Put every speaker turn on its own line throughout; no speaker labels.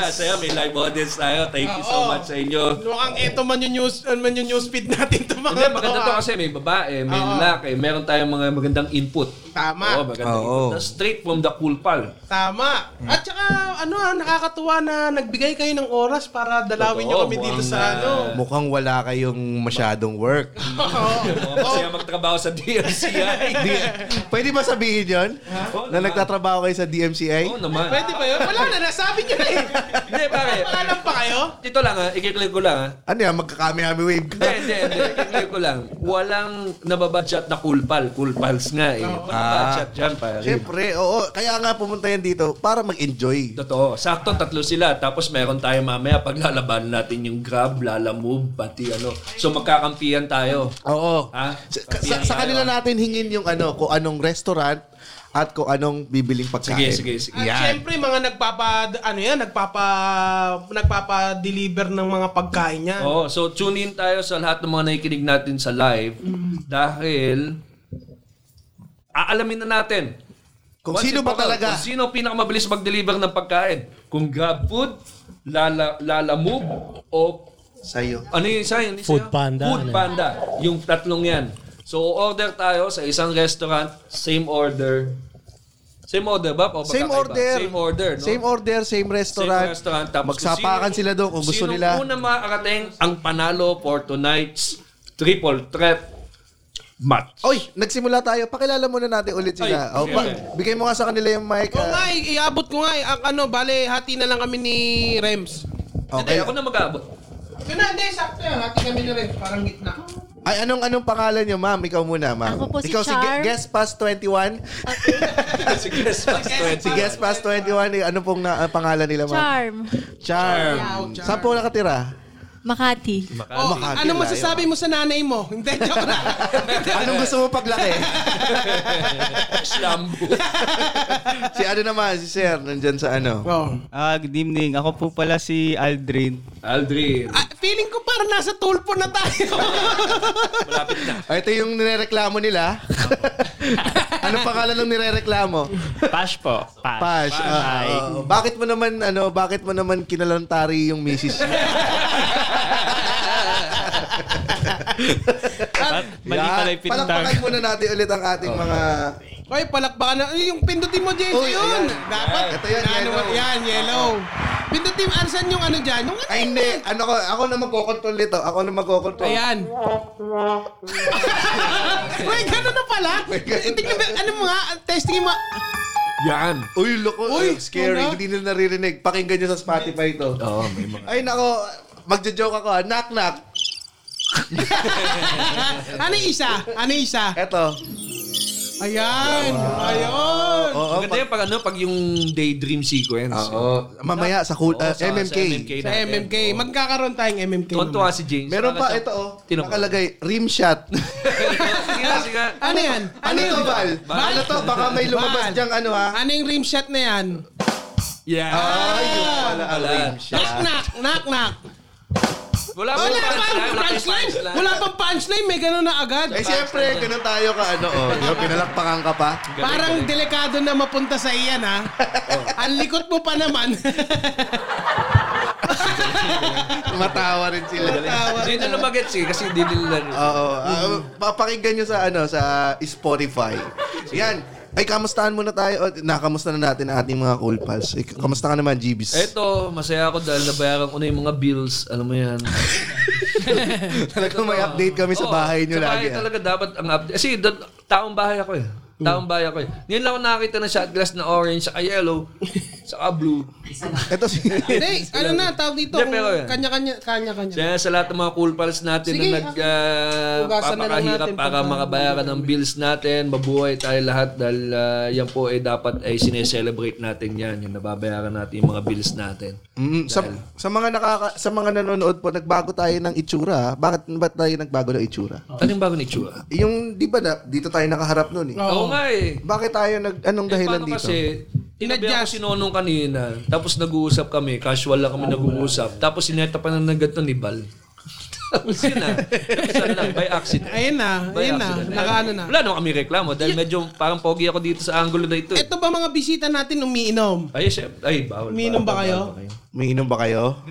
live audience tayo. Thank you so
Oo.
much sa inyo.
Mukhang ito man yung news, ano man yung news feed natin to mga ah.
Hindi, maganda to
baka.
kasi may babae, may
Oo.
lalaki, meron tayong mga magandang input.
Tama.
Oo, magandang
Oo.
input. That's straight from the cool pal.
Tama.
Hmm.
At saka, ano, ah, nakakatuwa na nagbigay kayo ng oras para dalawin
Totoo,
nyo kami dito
mukhang, ah.
sa ano.
Mukhang wala kayong masyadong work.
Oo, kasi ang magtrabaho sa DMCI.
Di, pwede ba sabihin yon? Na nagtatrabaho kayo sa DMCI?
Oo naman.
Pwede ba yun? Wala na, nasabi nyo na eh.
Hindi, pare.
Alam pa kayo?
Dito lang ha, i-click ko lang ha.
Ano yan? Magkakami-kami wave
Hindi,
ka?
hindi, hindi. I-click ko lang. Walang nababadjat na cool pal. Cool pals nga eh. Nababadjat dyan, pare.
Siyempre, oo. Kaya nga pumunta yan dito para mag-enjoy.
Totoo. Sakto tatlo sila. Tapos meron tayo mamaya paglalaban natin yung Grab, Lala Move, pati ano. So magkakampihan tayo.
Oo.
Ha?
Sa, sa, sa kanila natin hingin yung ano, kung anong restaurant at kung anong bibiling pagkain.
Sige, sige, sige.
At syempre, mga nagpapa, ano yan, nagpapa, nagpapa-deliver ng mga pagkain
Oh.
yan.
Oo, so tune in tayo sa lahat ng mga nakikinig natin sa live
Mm.
dahil aalamin na natin.
Kung
Once
sino
and
ba
for all,
talaga?
Kung sino ang pinakamabilis mag-deliver ng pagkain. Kung Grab Food, Lala, Lala Move, o
Sa'yo.
ano yung isa? Yung isa
Food
yun?
Panda,
Food
ano?
Panda. Yung tatlong yan. So, order tayo sa isang restaurant, same order. Same order ba? O
Same
magkakaiba?
order.
Same order, no?
Same order, same restaurant.
Same restaurant. Tapos
Magsapakan
kung sino-
sila doon kung gusto nila.
Sino una makakarating ang panalo for tonight's triple threat match?
Oy, nagsimula tayo. Pakilala muna natin ulit sila.
Ay,
O, pa-
sige.
bigay mo nga sa kanila yung mic.
Oo
ah.
nga, i- iabot ko nga eh. Ang ano, bale, hati na lang kami ni Rems.
Hindi,
okay.
ako na mag-aabot.
Yun na, hindi, sakto yan. Hati kami ni Rems, parang gitna.
Ay, anong anong pangalan niyo, ma'am? Ikaw muna, ma'am.
Ako po si
Ikaw si Ge-
Char.
Guest Pass 21.
si Guest Pass 20.
Si Guest Pass 21, eh, ano pong na, ah, pangalan nila, ma'am?
Charm.
Charm.
Charm.
Saan po nakatira?
Makati.
Oh,
Makati
ano
tayo. ah.
masasabi mo sa nanay mo? Hindi, joke na.
Anong gusto mo paglaki?
Slambo.
si ano naman, si Sir, nandyan sa ano.
oh.
Ah, good evening. Ako po pala si Aldrin.
Aldrin.
Ah, feeling ko parang nasa tulpo na tayo.
Malapit na.
Ah, Ito yung nirereklamo nila. ano pangalan ng nirereklamo?
Pash po. Pash.
Pash. ah,
Ay.
oo. bakit mo naman ano, bakit mo naman kinalantari yung misis mo?
At mali
Yan.
pala yung Oh. pintar.
Palakpakan muna natin ulit ang ating mga
Oy, palakpakan na. Ay, yung pindutin mo, JC,
Uy,
yun.
ayan.
Dapat.
Ito yun,
Ano,
yellow.
Yan, yellow. Pindutin, ah, saan yung ano dyan? Yung ano?
ay hindi, ano ko, ako na magkokontrol nito. Ako na magkokontrol.
Ayan. Uy, gano'n na pala. Tingnan mo, ano mga, testing mo.
Yan.
Uy, loko.
Uy,
scary.
wala.
Hindi nila naririnig. Pakinggan nyo sa Spotify to.
Oo, may mga...
Ay, nako. Magjo-joke ako. ah. Knock, knock.
Ano yung isa? Ano yung isa?
Eto.
Ayan. Ayun.
Oo.
Maganda yung pag ano, pag yung daydream sequence.
Oo. Mamaya sa, cool,
Oo,
ah,
sa-
MMK.
Sa MMK
Sa
natin.
MMK.
Oo.
Magkakaroon tayong MMK.
Tuwan-tuwa
naman.
si James.
Meron
Nakaka-
pa ito oh.
Tinan mo.
Nakalagay rim shot.
Sige nga, sige nga.
Ano yan?
ano
yun?
to, Val?
Val?
Ano to? Baka may lumabas
Val.
diyang ano ha.
Ano yung rim shot na yan?
Yeah.
Ay, yun pala ang
Wala.
rim shot.
Knock, knock, knock, knock.
Wala pa
Wala
punchline,
pang
wala pa
punchline.
punchline.
Wala pang punchline. May ganun na agad.
Eh siyempre, ganun tayo ka ano oh. Yung pinalakpakan ka pa.
Parang delikado na mapunta sa iyan, ha? Ang likot mo pa naman.
Matawa rin sila.
Hindi na lumagets eh, kasi hindi nila...
Oo. ah, Papakinggan nyo sa ano sa Spotify. Yan. Ay, kamustahan muna tayo. O, Nakamusta na natin ang ating mga cool pals. Ik- Kamusta ka naman, Jibis?
Eto, masaya ako dahil nabayaran ko na yung mga bills. Alam mo yan.
Talagang may update kami sa
Oo,
bahay nyo
sa
lagi.
bahay
ah.
talaga dapat ang update. Kasi da- taong bahay ako eh. Taong bahay ako eh. Ngayon lang ako nakakita ng shot glass na orange, saka yellow, saka blue.
Ito si...
Hindi, ano na, tawag dito. kung
Hindi, pero yan.
Kanya-kanya, kanya-kanya.
Kaya sa lahat ng mga cool pals natin
Sige,
na
Hugasan na lang
nagpapakahirap
natin
para
pagka-
makabayaran ng bills natin, mabuhay tayo lahat dahil ah, yan po ay dapat ay sineselebrate natin yan, yung nababayaran natin yung mga bills natin.
Mm, sa, sa mga nakaka, sa mga nanonood po, nagbago tayo ng itsura. ah. Bakit ba tayo nagbago ng itsura?
Ano yung bagong itsura?
Yung, di ba, na, dito tayo nakaharap nun eh.
Oo nga eh.
Bakit tayo nag, anong dahilan
Paano
dito?
kasi, tinabi ako si Nonong kanina, tapos nag-uusap kami, casual lang kami nag-uusap, tapos sineta pa ng ganito ni Bal. Tapos yun na. Tapos ano lang, by accident.
Ayun na,
By
ayun na,
accident.
nakaano na.
Wala naman kami reklamo dahil medyo parang pogi ako dito sa angulo na ito. eh.
Ito ba mga bisita natin umiinom?
Ay, chef. Ay, bawal.
Umiinom ba kayo?
May inom ba kayo?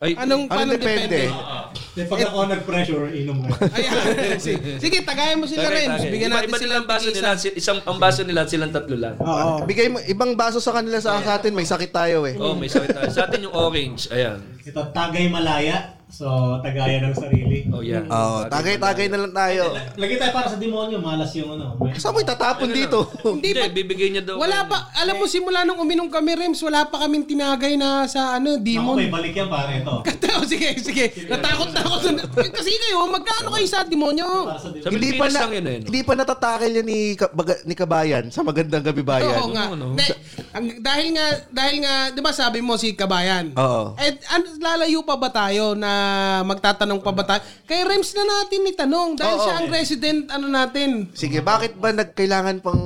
Ay,
Anong,
Ano
paano depende?
depende?
Then pag ako nag-pressure, inom na.
Ayan. Sige, Sige, tagayan mo sila
tagay,
Rems.
tagay.
Bigyan
Iba-
natin
iba
sila
nilang baso
ng
nila, si- isang ang baso nila, silang tatlo lang.
Oo.
Bigay mo, ibang baso sa kanila sa sa atin, may sakit tayo eh.
Oh, may sakit tayo. Sa atin yung orange. Ayan.
Ito, tagay malaya. So, tagayan ng sarili.
Oh, yan.
Oo, tagay-tagay na lang tayo.
Lagi tayo para sa demonyo, malas yung ano. May-
Saan mo itatapon dito?
Hindi, bibigay niya daw.
Wala pa, alam mo simula nung uminom kami Rems, wala pa kaming tinagay na sa ano,
Ako may
demon.
balik yan pare ito.
Kataw, sige, sige. Natakot na ako. dun. Kasi kayo, magkano kayo sa demonyo?
Para sa demonyo.
Sa
Hindi
Pilipinas
pa na,
lang yun eh. no?
hindi pa natatakil yan ni, Ka- Baga- ni Kabayan sa magandang gabi bayan.
Oo nga.
ano?
De, ang, dahil nga, dahil nga, di ba sabi mo si Kabayan?
Oo.
Eh, an, lalayo pa ba tayo na magtatanong pa ba tayo? Kay Rems na natin itanong dahil
Oo.
siya ang resident, ano natin.
Sige, bakit ba nagkailangan pang...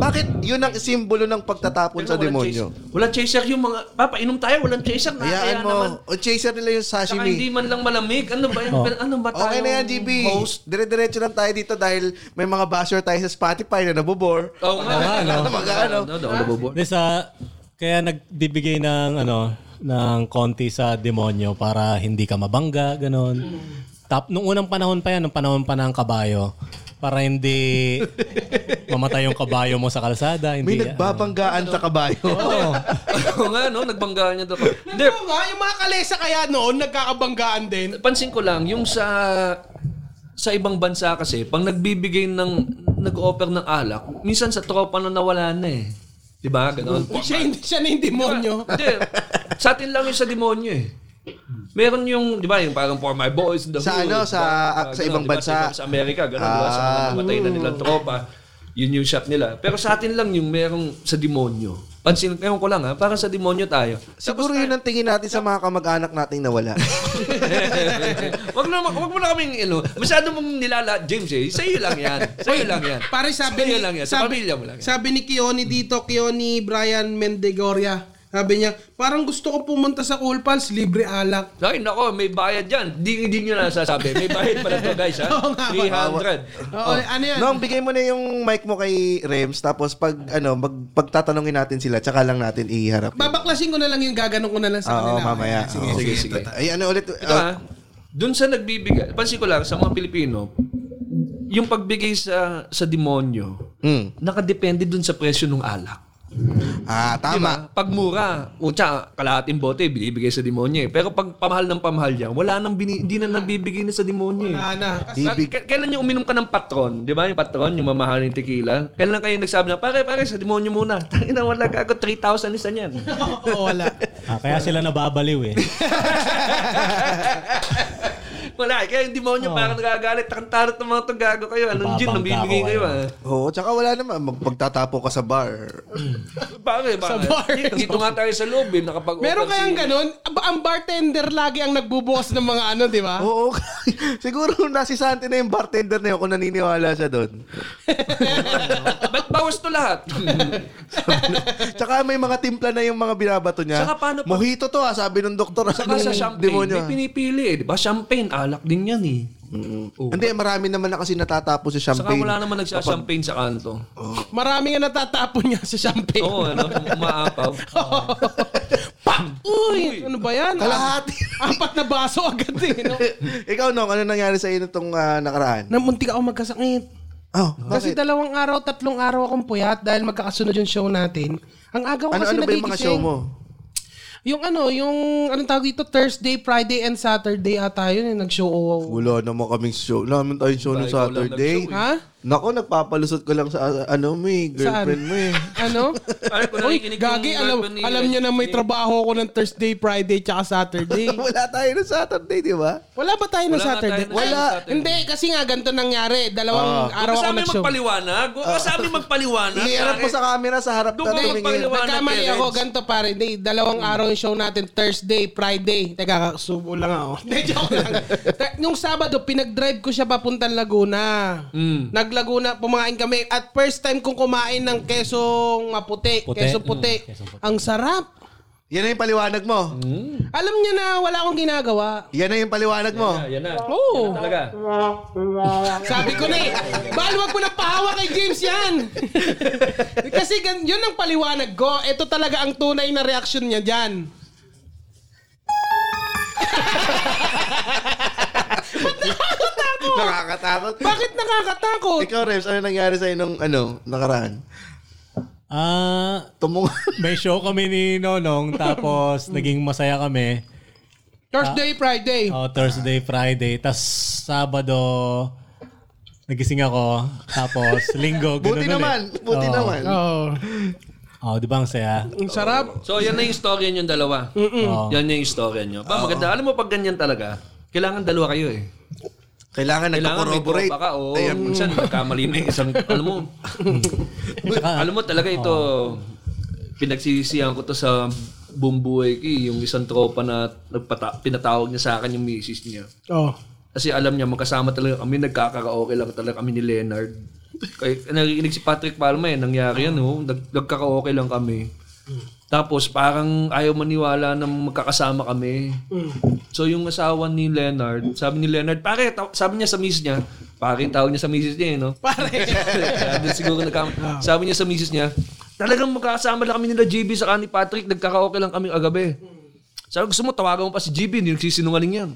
Bakit yun ang simbolo ng pagtatapon sa
Walang
demonyo?
chaser. Walang chaser yung mga... Papa, inom tayo, walang chaser. Nakakaya
Hayaan
naman.
mo. O chaser nila yung
Saka
sashimi.
hindi man lang malamig. Ano ba? Ano, ano ba tayo?
Okay na yan, GB.
Host?
Dire-diretso lang tayo dito dahil may mga basher tayo sa Spotify na nabobore.
Oo nga.
Oo nga, no?
Ano ba? Ano? Ano? Ano? ba?
Hindi sa, kaya nagbibigay ng ano, ng konti sa demonyo para hindi ka mabangga, ganon. Tap, nung unang panahon pa yan, nung panahon pa ng kabayo, para hindi mamatay yung kabayo mo sa kalsada.
May
Hindi,
nagbabanggaan sa kabayo.
Oo.
Oo nga, no? Nagbanggaan niya daw. Hindi,
Oo Ano nga, yung mga kalesa kaya noon, nagkakabanggaan din.
pansin ko lang, yung sa sa ibang bansa kasi, pag nagbibigay ng, nag-offer ng alak, minsan sa tropa na nawala na eh. Diba? Ganon.
Siya, hindi, siya na yung demonyo.
Hindi. Sa atin lang yung sa demonyo eh. Meron yung, di ba, yung parang for my boys, the
Sa
Hood,
ano, sa- sa
diba? Ganon,
ibang
diba?
bansa. Ah.
Sa, sa Amerika, gano'n, diba? Sa mga namatay na nilang tropa. Yun yung shot nila. Pero sa atin lang yung merong sa demonyo. Pansin, ewan ko lang ha, parang sa demonyo tayo.
Siguro yun ang tingin natin sa mga kamag-anak nating nawala.
wag na wag mo na kaming ano, masyado mong nilala James eh. Sa iyo lang 'yan. Sa iyo lang 'yan.
Pare sabi
Sa'yo
ni,
lang yan. Sa
sabi,
pamilya mo lang yan.
Sabi ni Kioni dito, Kioni Brian Mendegoria. Sabi niya, parang gusto ko pumunta sa Cool Pals, libre alak.
Ay, nako, may bayad yan. Di, di nyo na sasabi. May bayad pala to, guys, ha?
Oo nga,
300.
Oo, ano yan?
Noong bigay mo na yung mic mo kay Rems, tapos pag ano, mag, pagtatanungin natin sila, tsaka lang natin iharap.
Babaklasin ko na lang yun, gaganong ko na lang sa
Oo,
kanila.
mamaya.
Sige,
Oo.
sige, sige.
Ay, ano ulit?
Ito, ah. ha? Doon sa nagbibigay, pansin ko lang, sa mga Pilipino, yung pagbigay sa sa demonyo,
Ah, mm.
nakadepende dun sa presyo ng alak.
Ah, tama.
Diba? Pag mura, o tsaka kalahating bote, binibigay sa demonyo eh. Pero pag pamahal ng pamahal yan, wala nang bini, hindi na nabibigay na sa demonyo eh.
Wala na.
Bibig-
K- kailan yung uminom ka ng patron? Di ba yung patron, yung mamahal ng tequila? Kailan kayo nagsabi na, pare, pare, sa demonyo muna. Tangina, wala ka ako, 3,000 isa niyan.
Oo, wala.
Ah, kaya sila nababaliw eh.
wala, eh. kaya yung demonyo parang nagagalit. Takantarot ng mga to, gago kayo. Anong gin,
Babangga
nabibigay
ako
kayo
kayo.
ah.
Oo, tsaka wala naman. Magpagtatapo ka sa bar.
Pare, bakit?
bar.
Dito- Dito nga tayo sa loob, eh. nakapag
Meron kayang ganun? Ab- Ang bartender lagi ang nagbubukas ng mga ano, di
Ah.
ba?
Oo. Siguro nasisante na yung bartender na yun kung naniniwala siya doon.
Ba't bawas to lahat?
Tsaka may mga timpla na yung mga binabato niya.
Tsaka paano pa-
Mojito to ah, sabi nung doktor.
Saka sa
nung
champagne,
demonyo, ah.
may pinipili eh. Di ba? Champagne, alak din yan eh. Oo.
Hindi, marami naman na kasi natatapos sa
Saka
champagne.
wala naman nagsasampagne sa kanto.
Marami nga natatapon niya sa champagne.
Oo, ano, umaapaw.
Uy, ano ba yan? Ah,
Kalahati.
Apat na baso agad eh. No?
Ikaw, Nong, ano nangyari sa iyo nitong ah, nakaraan?
Namuntik ako magkasakit.
Oh,
Kasi
bakit?
dalawang araw, tatlong araw akong puyat dahil magkakasunod yung show natin. Ang aga ko
Ano,
kasi
ano ba yung mga
nagigising.
show mo?
Yung ano, yung anong tawag dito, Thursday, Friday, and Saturday ata yun yung nag-show.
Wala naman kaming show. Wala naman tayong show ng
Wala, ikaw lang
Saturday.
nag-show, eh.
Ha?
Nako, nagpapalusot ko lang sa ah, ano mo eh, girlfriend mo eh.
Ano?
Pare, kung
Uy,
nakikinig
gagi,
yung
alam,
girlfriend ni-
alam niya na may
ni-
trabaho ako ng Thursday, Friday, tsaka Saturday.
Wala tayo ng Saturday, di ba?
Wala ba tayo ng
Wala nga
Saturday?
tayo ng Saturday.
Hindi, kasi nga ganito nangyari. Dalawang araw
Huwag ka sa
ako
amin
nag-show.
magpaliwanag. Huwag ka sa amin magpaliwanag.
Iharap mo sa camera sa harap
Doon
na
ka
tumingin.
magpaliwanag. Hmm.
Nagkamali
Terence.
ako, ganito pare. Hindi, dalawang araw yung show natin. Thursday, Friday. Teka, kakasubo lang ako. Hindi, joke lang. Te- Nung Sabado, pinag-drive ko siya papuntang Laguna.
Hmm.
Naglaguna, pumain kami. At first time kong kumain ng kesong maputi.
Puti.
Kesong puti.
Hmm,
Mm, kesong puti.
Ang sarap.
Yan na yung paliwanag mo.
Alam niya na wala akong ginagawa.
Yan na yung paliwanag mo.
Ah, yan na.
Oo.
Talaga.
Sabi ko na eh, bahal wag mo na pahawak kay James yan. Kasi gan- yun ang paliwanag ko. Ito talaga ang tunay na reaction niya dyan.
Nakakatakot.
Bakit nakakatakot?
Ikaw, Rems, ano nangyari sa'yo nung ano, nakaraan?
Ah,
Tumung...
may show kami ni Nonong tapos naging masaya kami.
Thursday, Friday.
Oh, Thursday, Friday. Tapos Sabado, nagising ako. Tapos Linggo, ganun
buti
ulit.
naman. Buti
Oo.
naman.
Oh.
Oh, di ba ang saya?
Ang sarap.
So, yan na yung story nyo dalawa.
Oo.
Yan na yung story nyo. Ba, maganda. Alam mo, pag ganyan talaga, kailangan dalawa kayo eh.
Kailangan
Kailangan may
nagko-corroborate.
tropa ka. Oo.
Ayan.
Minsan, nagkamali na yung isang, alam mo. alam mo talaga ito, pinagsisisihan ko to sa buong buhay ko eh, yung isang tropa na nagpata- pinatawag niya sa akin yung misis niya.
Oh.
Kasi alam niya, magkasama talaga kami, nagkakaraoke lang talaga kami ni Leonard. Kay, narinig si Patrick Palma eh, nangyari yan, oh. Nag, nagkakaraoke lang kami. Tapos parang ayaw maniwala na magkakasama kami. So yung asawa ni Leonard, sabi ni Leonard, pare, taw- sabi niya sa miss niya, pare, tawag niya sa misis niya eh, no?
Pare.
Sabi siguro nagkam- Sabi niya sa misis niya, talagang magkakasama lang kami nila JB sa ni Patrick, nagkakaoke lang kami agabi. Sabi gusto mo, tawagan mo pa si JB, hindi nagsisinungaling yan.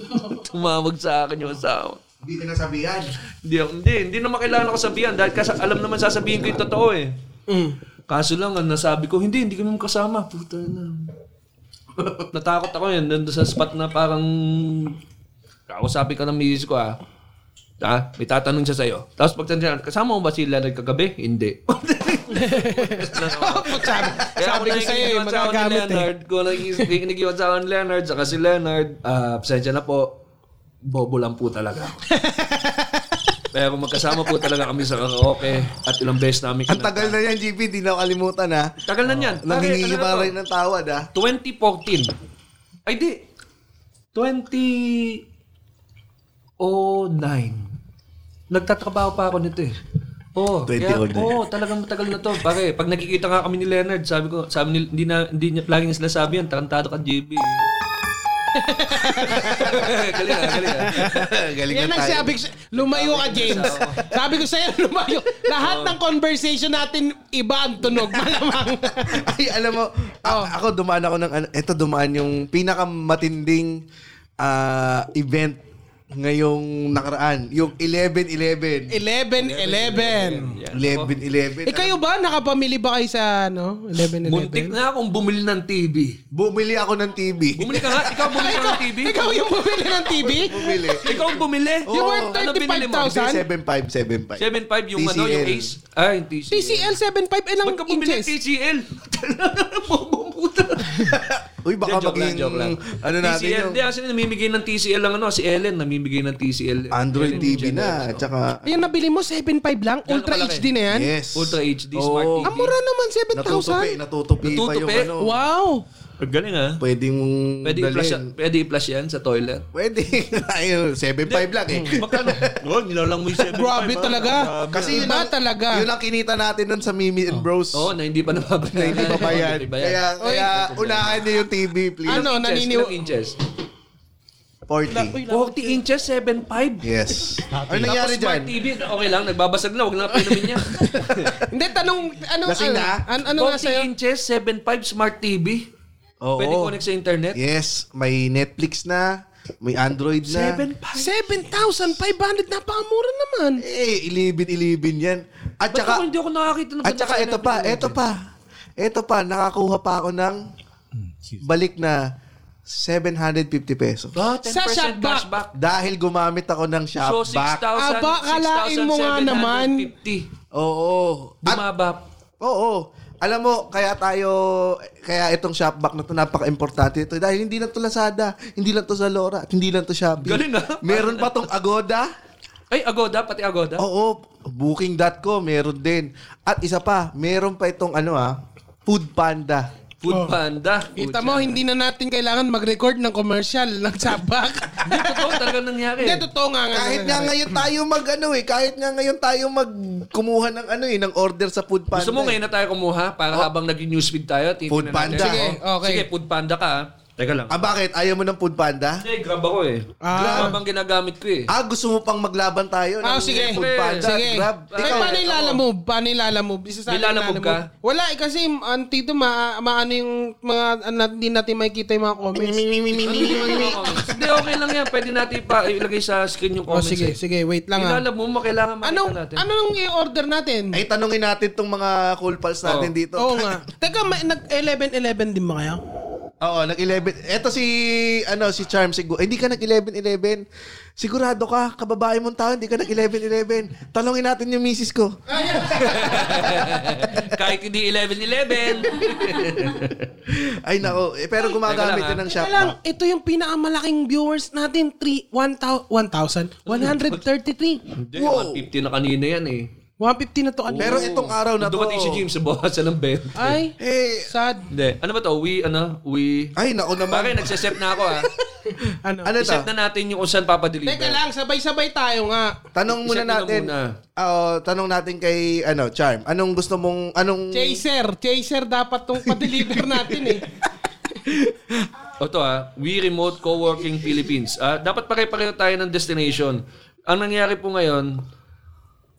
Tumawag sa akin yung asawa.
Hindi ka nasabihan.
Hindi, ako- hindi, hindi naman kailangan ako sabihan dahil kas- alam naman sasabihin ko yung totoo eh. Kaso lang, ang nasabi ko, hindi, hindi kami magkasama. Puta na. Natakot ako yun, nandun sa spot na parang kausapin ka ng misis ko ah. Ha? May tatanong siya sa'yo. Tapos pagtanong siya, kasama mo ba sila nagkagabi? Hindi.
sabi,
Kaya
sabi
ako
ko sa'yo, eh,
nakikinig yung asawa ni
magagamit eh.
Leonard. Kung nakikinig yung asawa ni Leonard, saka si Leonard, ah, absensya na po. Bobo lang po talaga ako. Pero magkasama po talaga kami sa karaoke at ilang beses namin
Ang
kinanta.
tagal na yan, GP. Hindi na kalimutan, ha?
Tagal na niyan. Pare,
Nangingihi
ano na
pa
to?
rin ng tawad, ha?
2014. Ay, di. 2009. Nagtatrabaho pa ako nito eh. Oo, oh,
2009.
oh, talagang matagal na to. Pare, pag nakikita nga kami ni Leonard, sabi ko, sabi ni, hindi na, hindi niya, lagi niya sinasabi yan, tarantado ka, JB. galing ah. na, galing na.
Galing
Yan
na
ang
tayo.
sabi ko sa- lumayo ka James. sabi ko sa'yo, lumayo. Lahat ng conversation natin, iba ang tunog, malamang.
Ay, alam mo,
Oh.
a- ako dumaan ako ng, ano- eto dumaan yung pinakamatinding ah, event ngayong nakaraan. Yung 11-11.
11-11.
Yan.
11-11.
Eh kayo ba? Nakapamili ba kayo sa ano? 11-11?
Muntik na akong bumili ng TV.
Bumili ako ng TV.
Bumili ka nga, ikaw bumili ka ng TV.
Ikaw yung bumili ng TV?
Bumili.
Ikaw ang bumili.
You were
Ano binili mo?
35,000?
Hindi, 7.5, 7.5.
7.5 yung ano, yung
TCL.
Ace. Ah, yung TCL.
TCL 7.5, ilang
Ba't ka bumili ng
inches?
TCL? Bobong puta.
Uy, baka
Joke lang,
maging,
joke lang.
ano natin
TCL,
yung
Hindi, ah. kasi namimigay ng TCL lang ano. Si Ellen, namimigay ng TCL.
Android TV na. At saka,
Yung nabili mo, 7.5 lang? Ultra
kalaki?
HD na yan?
yes.
Ultra HD, smart
Oo.
TV.
Ang mura naman, 7,000?
Natutupi, natutupi, pa yung
Natutupi?
ano.
Wow!
Ang galing ah.
Pwede mong
Pwede i-flash, yan- pwede i-flash yan sa toilet.
Pwede. Ayun, 7.5 lang eh.
Magkano? Oh, nilalang mo yung 7.5.
Grabe talaga.
Kasi yun
iba
ang-
talaga.
Yun ang kinita natin nun sa Mimi and Bros.
Oh. Oo, na hindi pa nababayaran.
na hindi pa bayad.
Hindi
Kaya, kaya unahan niyo yung TV, please.
Ano,
Inches,
naniniw...
ilang inches?
40.
40 inches, 7.5.
Yes. Ano
Tapos
nangyari dyan?
smart TV, okay lang, nagbabasag na, huwag na pinumin niya.
Hindi, tanong... Ano,
Lasing
ano,
na?
Ano, ano nga
40
sa'yo?
inches, 7.5, smart TV.
Oo.
Pwede connect sa internet.
Yes. May Netflix na. May Android na.
7.5.
7,500, napakamura naman.
Eh, ilibin, ilibin yan. At
Ba't ako
saka,
hindi ako nakakita ng
at saka ito pa, ito pa. Ito pa, nakakuha pa ako ng
Hmm,
balik na 750 pesos.
Ah, 10%
Sa Shopback.
cashback.
Dahil gumamit ako ng
So,
Shopback.
6,000,
Aba, kalain mo nga naman.
6,750.
Oo. At
Bumaba.
Oo. Alam mo, kaya tayo, kaya itong shopback na to, napaka-importante ito. Dahil hindi lang to Lazada, hindi lang to Zalora, at hindi lang to Shopee.
Galing, ah.
Meron pa tong Agoda.
Ay, Agoda, pati Agoda.
Oo, booking.com, meron din. At isa pa, meron pa itong ano ah, Food Panda.
Food Panda.
Kita mo, hindi na natin kailangan mag-record ng commercial ng sabak.
Hindi totoo talaga nangyari.
Hindi, totoo nga nga.
Kahit nga ngayon tayo mag ano eh, kahit nga ngayon tayo mag kumuha ng ano eh, ng order sa Food Panda.
Gusto mo
eh.
ngayon na tayo kumuha para habang nag-newsfeed tayo. titingnan
Food
natin.
Panda.
Sige,
Oh.
okay.
Sige, Food Panda ka. ah. Teka lang.
Ah, bakit? Ayaw mo ng Food Panda?
Hindi, grab ako eh.
Ah.
Grab ang ginagamit ko eh.
Ah, gusto mo pang maglaban tayo ng
Ah, sige.
Food Panda?
Sige.
Grab.
Ay,
Ikaw,
paano ilalamove? Paano ilalamove? Isa sa
May
akin
lalamove
ilalamove.
ka?
Wala eh, kasi an, tito, ma, maano yung mga, ano, hindi natin makikita yung mga comments.
Ano naman yung mga comments? Hindi, okay lang yan. Pwede natin pa ilagay sa screen yung
oh,
comments.
sige,
eh.
sige, wait lang ah.
Kilala mo, makailangan makita
Anong,
natin.
anong i-order natin?
ay, tanungin natin tong mga cool pals natin
Oh.
dito.
Oo nga. Teka, may, nag-11-11 din ba kayo?
Oo, nag-11. Eto si, ano, si Charm, siguro. Hindi ka nag-11-11. Sigurado ka, kababae mong tao, hindi ka nag-11-11. Talungin natin yung misis ko.
Kahit hindi 11-11.
Ay, nako. Eh, pero gumagamit
Teka lang,
din ng
Teka
shop.
lang, ito yung pinakamalaking viewers natin. 3, 1,133. 150
Hindi,
Wow.
150 na kanina yan eh.
na to. ano?
Pero itong araw na to.
Dumating Oh. si James sa bawasan ng bed.
Ay,
Eh,
sad.
Hindi. Ano ba to? We, ano? We...
ay, nako naman.
Bakit? Nagsiset na ako ah.
Ano?
Ano to?
Iset na natin yung kung saan papadeliver.
Teka lang, sabay-sabay tayo nga.
Tanong muna
Isipin lang
natin.
muna.
Oo, tanong natin kay ano, Charm. Anong gusto mong anong
Mm. Chaser. Chaser dapat tong pa-deliver natin eh.
O to ah, We Remote Coworking Philippines. Ah, dapat pare-pareho tayo ng destination. Ang nangyari po ngayon,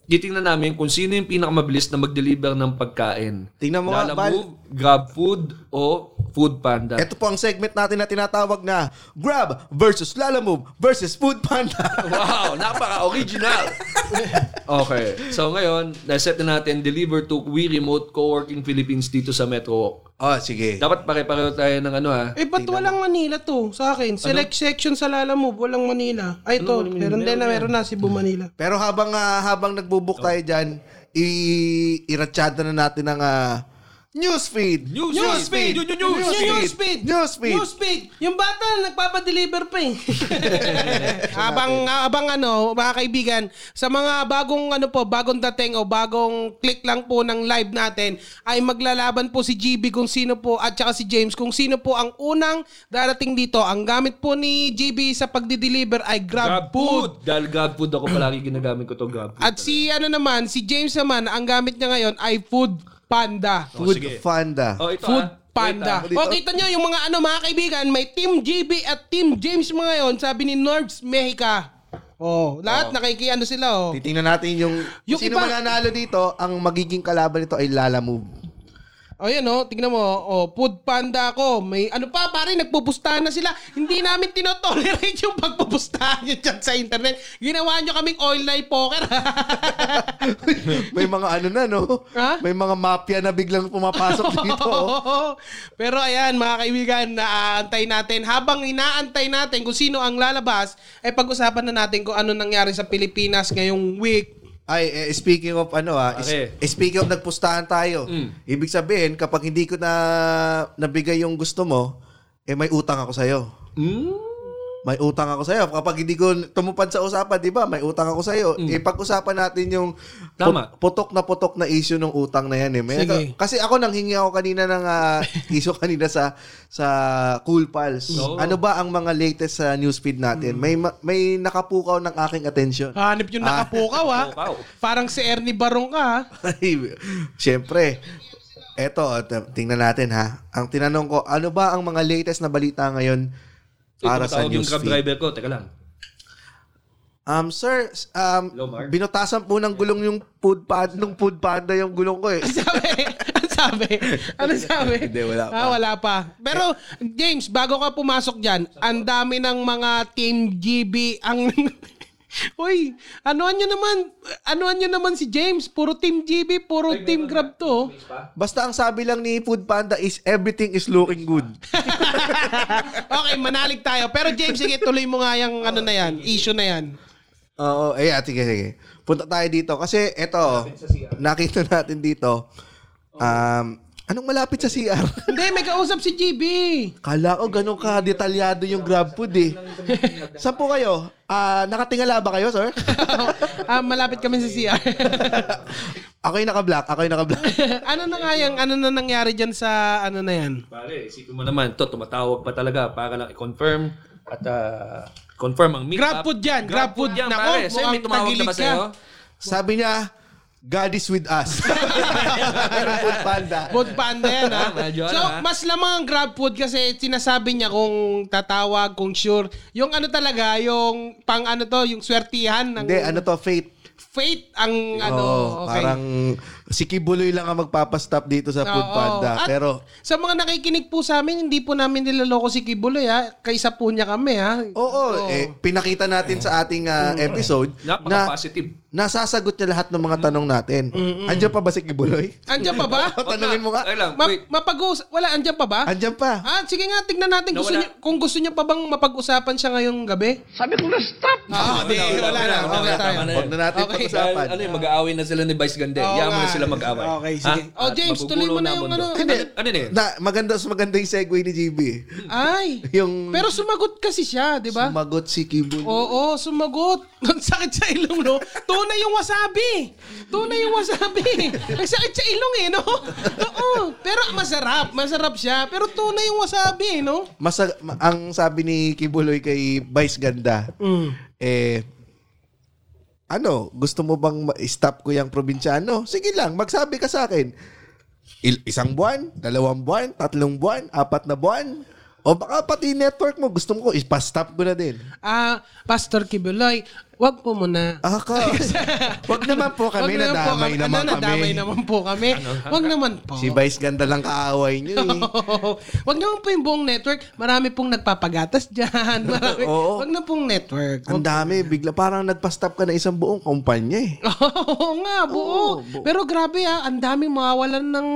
titingnan namin kung sino yung pinakamabilis na mag-deliver ng pagkain.
Tingnan mo nga, Val.
Lalamove, Grab Food, o Food Panda.
Ito po ang segment natin na tinatawag na Grab versus Lalamove versus Food Panda.
Wow, napaka-original. okay. So ngayon, naset na natin deliver to We Remote Coworking Philippines dito sa Metro Walk.
oh, sige.
Dapat pare-pareho tayo ng ano ha.
Eh, ba't walang Manila to sa akin? Select section sa Lala Move, walang Manila. Ay, to. Meron din na, meron na, Cebu, Manila.
Pero habang ah, habang nagbubuk tayo
Oh.
diyan, i iratsyada na natin ang ah, newsfeed.
Newsfeed!
Yun, yun,
Newsfeed! Newsfeed!
Newsfeed.
Newsfeed! Yung bata, nagpapadeliver pa eh. abang, abang ano, mga kaibigan, sa mga bagong ano po, bagong dating o bagong click lang po ng live natin, ay maglalaban po si GB kung sino po, at saka si James, kung sino po ang unang darating dito. Ang gamit po ni GB sa pagdi-deliver ay Grab, Food.
Dahil Grab Food ako palagi ginagamit ko to Grab Food.
At si ano naman, si James naman, ang gamit niya ngayon ay Food Panda.
Food Panda.
Oh, ito
Food
ah.
Panda.
Wait,
O,
ah.
kita nyo yung mga ano, mga kaibigan, may Team GB at Team James mga ngayon, sabi ni Nerds Mexica. Oh, lahat nakikiano sila oh.
Titingnan natin yung,
Yung
sino
iba-
mananalo dito, ang magiging kalaban nito ay Lalamove.
Oh, yan oh, tingnan mo. Oh, Food Panda ako. May ano pa, pare, nagpupustahan na sila. Hindi namin tinotolerate yung pagpupustahan nyo dyan sa internet. Ginawa nyo kaming oil night poker.
May mga ano na no.
Ha?
May mga mafia na biglang pumapasok dito. oh.
Oo. Pero ayan, mga kaibigan, naaantay natin. Habang inaantay natin kung sino ang lalabas, ay pag-usapan na natin kung ano nangyari sa Pilipinas ngayong week.
Ay, eh, speaking of ano ah, is-
Pare. Mm.
eh, speaking of nagpustahan tayo. Ibig sabihin, kapag hindi ko na nabigay yung gusto mo, eh may utang ako sa'yo.
Mm.
May utang ako sa'yo. Kapag hindi ko tumupad sa usapan, di ba? May utang ako sa'yo. Eh, pag-usapan natin yung put-
Mm. Tama.
putok na putok na issue ng utang na yan. Eh. May-
Sige.
kasi ako nanghingi ako kanina ng ah, issue kanina sa sa Cool Pals.
Oo.
Ano ba ang mga latest sa newsfeed
Mm.
natin? May ma- may nakapukaw ng aking attention.
Hanip yung
Ah.
nakapukaw, ha?
Nakapukaw.
Parang si Ernie Barong ah. ka, ha?
Ay, Siyempre, eto, t- tingnan natin ha. Ang tinanong ko, ano ba ang mga latest na balita ngayon para sa
tumatawag yung Grab
newsfeed?
driver ko. Teka lang.
Um, sir, s- um,
Hello, Mark?
binutasan po ng gulong yung food panda, nung food panda yung gulong ko eh.
sabi? Ano sabi? Ano sabi?
Hindi, wala pa.
Ah, wala pa. Pero, James, bago ka pumasok dyan, ang dami ng mga Team GB ang... Uy, anuan nyo naman, anuan nyo naman si James. Puro Team GB, puro Team Grab to.
Basta ang sabi lang ni food panda is everything is looking good.
okay, manalig tayo. Pero James, sige, tuloy mo nga yung ano na yan, issue na yan.
Oo, eh, ah, sige, sige. Punta tayo dito. Kasi, eto, nakita natin dito, um, anong malapit sa CR?
Hindi, may kausap si GB.
Kala ko ganun ka detalyado yung grab food eh. Saan po kayo? Ah, nakatingala ba kayo, sir?
ah, malapit kami sa CR.
Ako yung naka-black. Ako yung naka-black.
ano na nga yung, ano na nangyari dyan sa, ano na yan?
Pare, isipin mo naman, to, tumatawag pa talaga para lang i-confirm at ah, confirm ang meetup.
Grab food yan, grab food.
yan,
Nako,
pare. Sa'yo, may
mukhang
tumawag na ba
tagilid
sa'yo?
Sabi niya, God is with us. Meron food panda.
Food panda yan, ha?
Medyo ano,
so,
ha?
mas lamang ang grab food kasi sinasabi niya kung tatawag, kung sure. Yung ano talaga, yung pang ano to, yung swertihan ng
Hindi, ano to, faith.
faith ang ano.
Oo,
okay.
Parang si Kibuloy lang ang magpapastop dito sa food
Oo.
panda.
At
Pero,
sa mga nakikinig po sa amin, hindi po namin nilaloko si Kibuloy ha. Kaisa po niya kami ha.
oo, eh, pinakita natin sa ating ah, episode na
Napaka-positive.
nasasagot niya lahat ng mga tanong natin. Andiyan pa ba si Kibuloy?
Andiyan pa ba?
Tanungin mo nga.
Ay lang,
Ma-
wait.
mapag-uus- Wala, andiyan pa ba?
Andiyan pa.
Ah, sige nga, tignan natin gusto
Nawala.
niyo, kung gusto niyo pa bang mapag-usapan siya ngayong gabi. Sabi ko na stop. Ah, di, wala, na. Okay tayo.
Tama na
Huwag
yun.
na natin
Okay.
Dahil,
pag-usapan.
ano yun, mag-aaway na sila ni Vice Gande.
Oo
Yaman
nga.
na sila mag-aaway.
Okay, sige.
Ha?
Oh,
At
James, tuloy mo
magugulo
na yung
ang mundo.
ano.
Hindi.
Ano yun eh?
Na, maganda, maganda yung segue ni GB.
Ay.
Yung
Pero Oh. sumagot kasi siya, di ba?
sumagot si Kibuloy.
Oo, sumagot. Ang sakit sa ilong, no? Tunay yung wasabi. Tunay yung wasabi. Ang sakit sa ilong, eh, no? Oo. Pero masarap. Masarap siya. Pero tunay yung wasabi, eh, no?
Masa- ma- ang sabi ni Kibuloy kay Vice Ganda,
Mm.
eh, ano, gusto mo bang ma- stop ko yung probinsyano? Sige lang, magsabi ka sa akin. Il- isang buwan, dalawang buwan, tatlong buwan, apat na buwan. O baka pati network mo, gusto mo ko, ipa-stop ko na din.
Ah, Pastor Kibuloy, wag po muna.
Ah, ka. Wag naman po kami,
Wag po
nadamay
kami-
naman
ano, Nadamay
kami.
naman po kami. Wag naman po.
Si Vice Ganda lang kaaway niyo eh.
Wag naman po yung buong network. Marami pong nagpapagatas dyan. Marami.
Oo.
Wag na pong network.
Ang dami, bigla parang nagpa-stop ka na isang buong kumpanya eh.
Ah. Oo nga, buo. Pero grabe ah, ang daming mawawalan ng,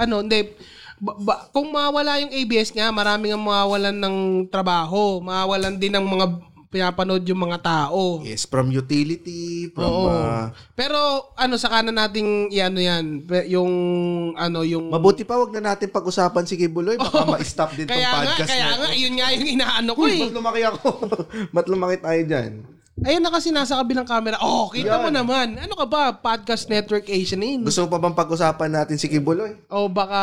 ano, hindi, ba- ba- kung mawala yung ABS nga, maraming ang mawawalan ng trabaho. Mawawalan din ng mga pinapanood yung mga tao.
Yes, from utility, from
Oo.
ah,
Pero ano sa kanan nating iano yan, pe- yung ano yung
Mabuti pa wag na natin pag-usapan si Kibuloy. Baka ma-stop din tong
kaya nga,
podcast
kaya
na.
nga, eh. yun nga yung inaano ko
Uy,
eh.
ba't lumaki ako? ba't lumaki tayo dyan?
Ayun na kasi nasa kabilang camera. Oh, kita mo naman. Ano ka ba? Podcast Network Asian eh.
Gusto mo pa bang pag-usapan natin si Kibuloy?
O baka...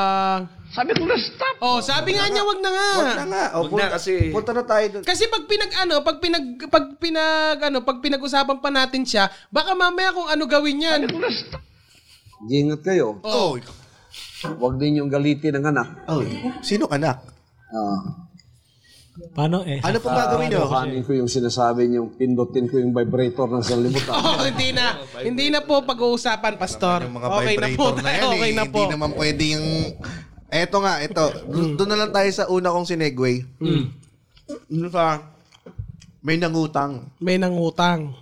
Sabi ko na stop. Oh, sabi nga niya Ah. wag na nga.
Wag na nga. O,
Wag
punta,
na kasi-
punta na tayo dun.
Kasi pag pinag ano, pag pinag pag pinag ano, pag pinag-usapan pa natin siya, baka mamaya kung ano gawin niyan.
Ingat kayo.
Oh.
Huwag din yung galitin ng anak.
Oh. Sino anak?
Ah,
Paano eh?
Ano pong gagawin nyo?
kuhanin ko yung sinasabi niyong pindutin ko yung vibrator ng sanlibutan.
Oh, hindi na. Hindi na po pag-uusapan, pastor.
Yung mga
Okay na po.
vibrator na, yan
Okay
eh.
na po.
Hindi naman pwede yung... Eto nga, eto. Dun- Doon na lang tayo sa una kong sinegway.
Hmm.
Doon sa... May nangutang.
May nangutang.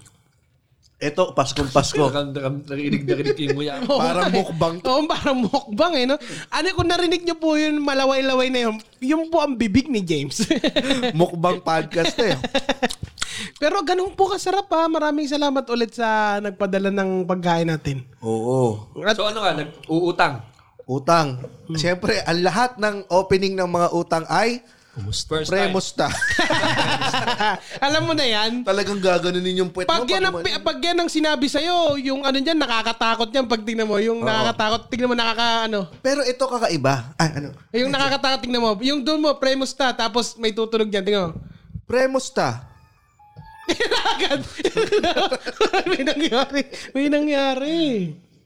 Eto, Paskong Pasko.
Parang nakam- ano, narinig na rinig mo yan.
Parang mukbang
eh. Oo, parang mukbang eh, no? Ano kung narinig niyo po yun, malaway-laway na yun, yun po ang bibig ni James.
mukbang podcast eh.
Pero ganun po kasarap ha. Maraming salamat ulit sa nagpadala ng pagkain natin.
Oo.
At
So ano ka, nag-uutang.
Utang.
Hmm.
Siyempre, ang lahat ng opening ng mga utang ay
First time.
premusta.
alam mo na yan,
Talagang gaganunin yung puwet
Pag
mo.
yan, ang,
pag-
pag yan ang sinabi sa'yo, yung ano dyan, nakakatakot yan pag tingnan mo. Yung nakakatakot, tingnan mo nakaka, ano.
Pero ito kakaiba. Ah, ano?
Yung nakakatakot, tingnan mo. Yung doon mo, premusta, tapos may tutunog dyan, tingnan mo.
Premusta.
Agad. may nangyari. May nangyari.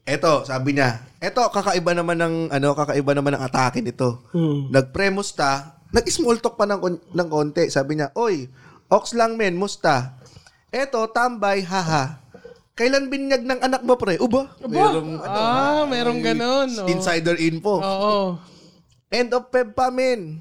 Eto, sabi niya. Eto, kakaiba naman ng, ano, kakaiba naman ng atake nito.
Hmm.
Nagpremusta, nag-small talk pa ng, kon- ng konti. Sabi niya, Oy, ox lang men, musta. Eto, tambay, haha. Kailan binyag ng anak mo, pre? Uba? Merong, ano,
ah, merong ganun. Oo.
insider info.
Oo.
End of Feb pa, men.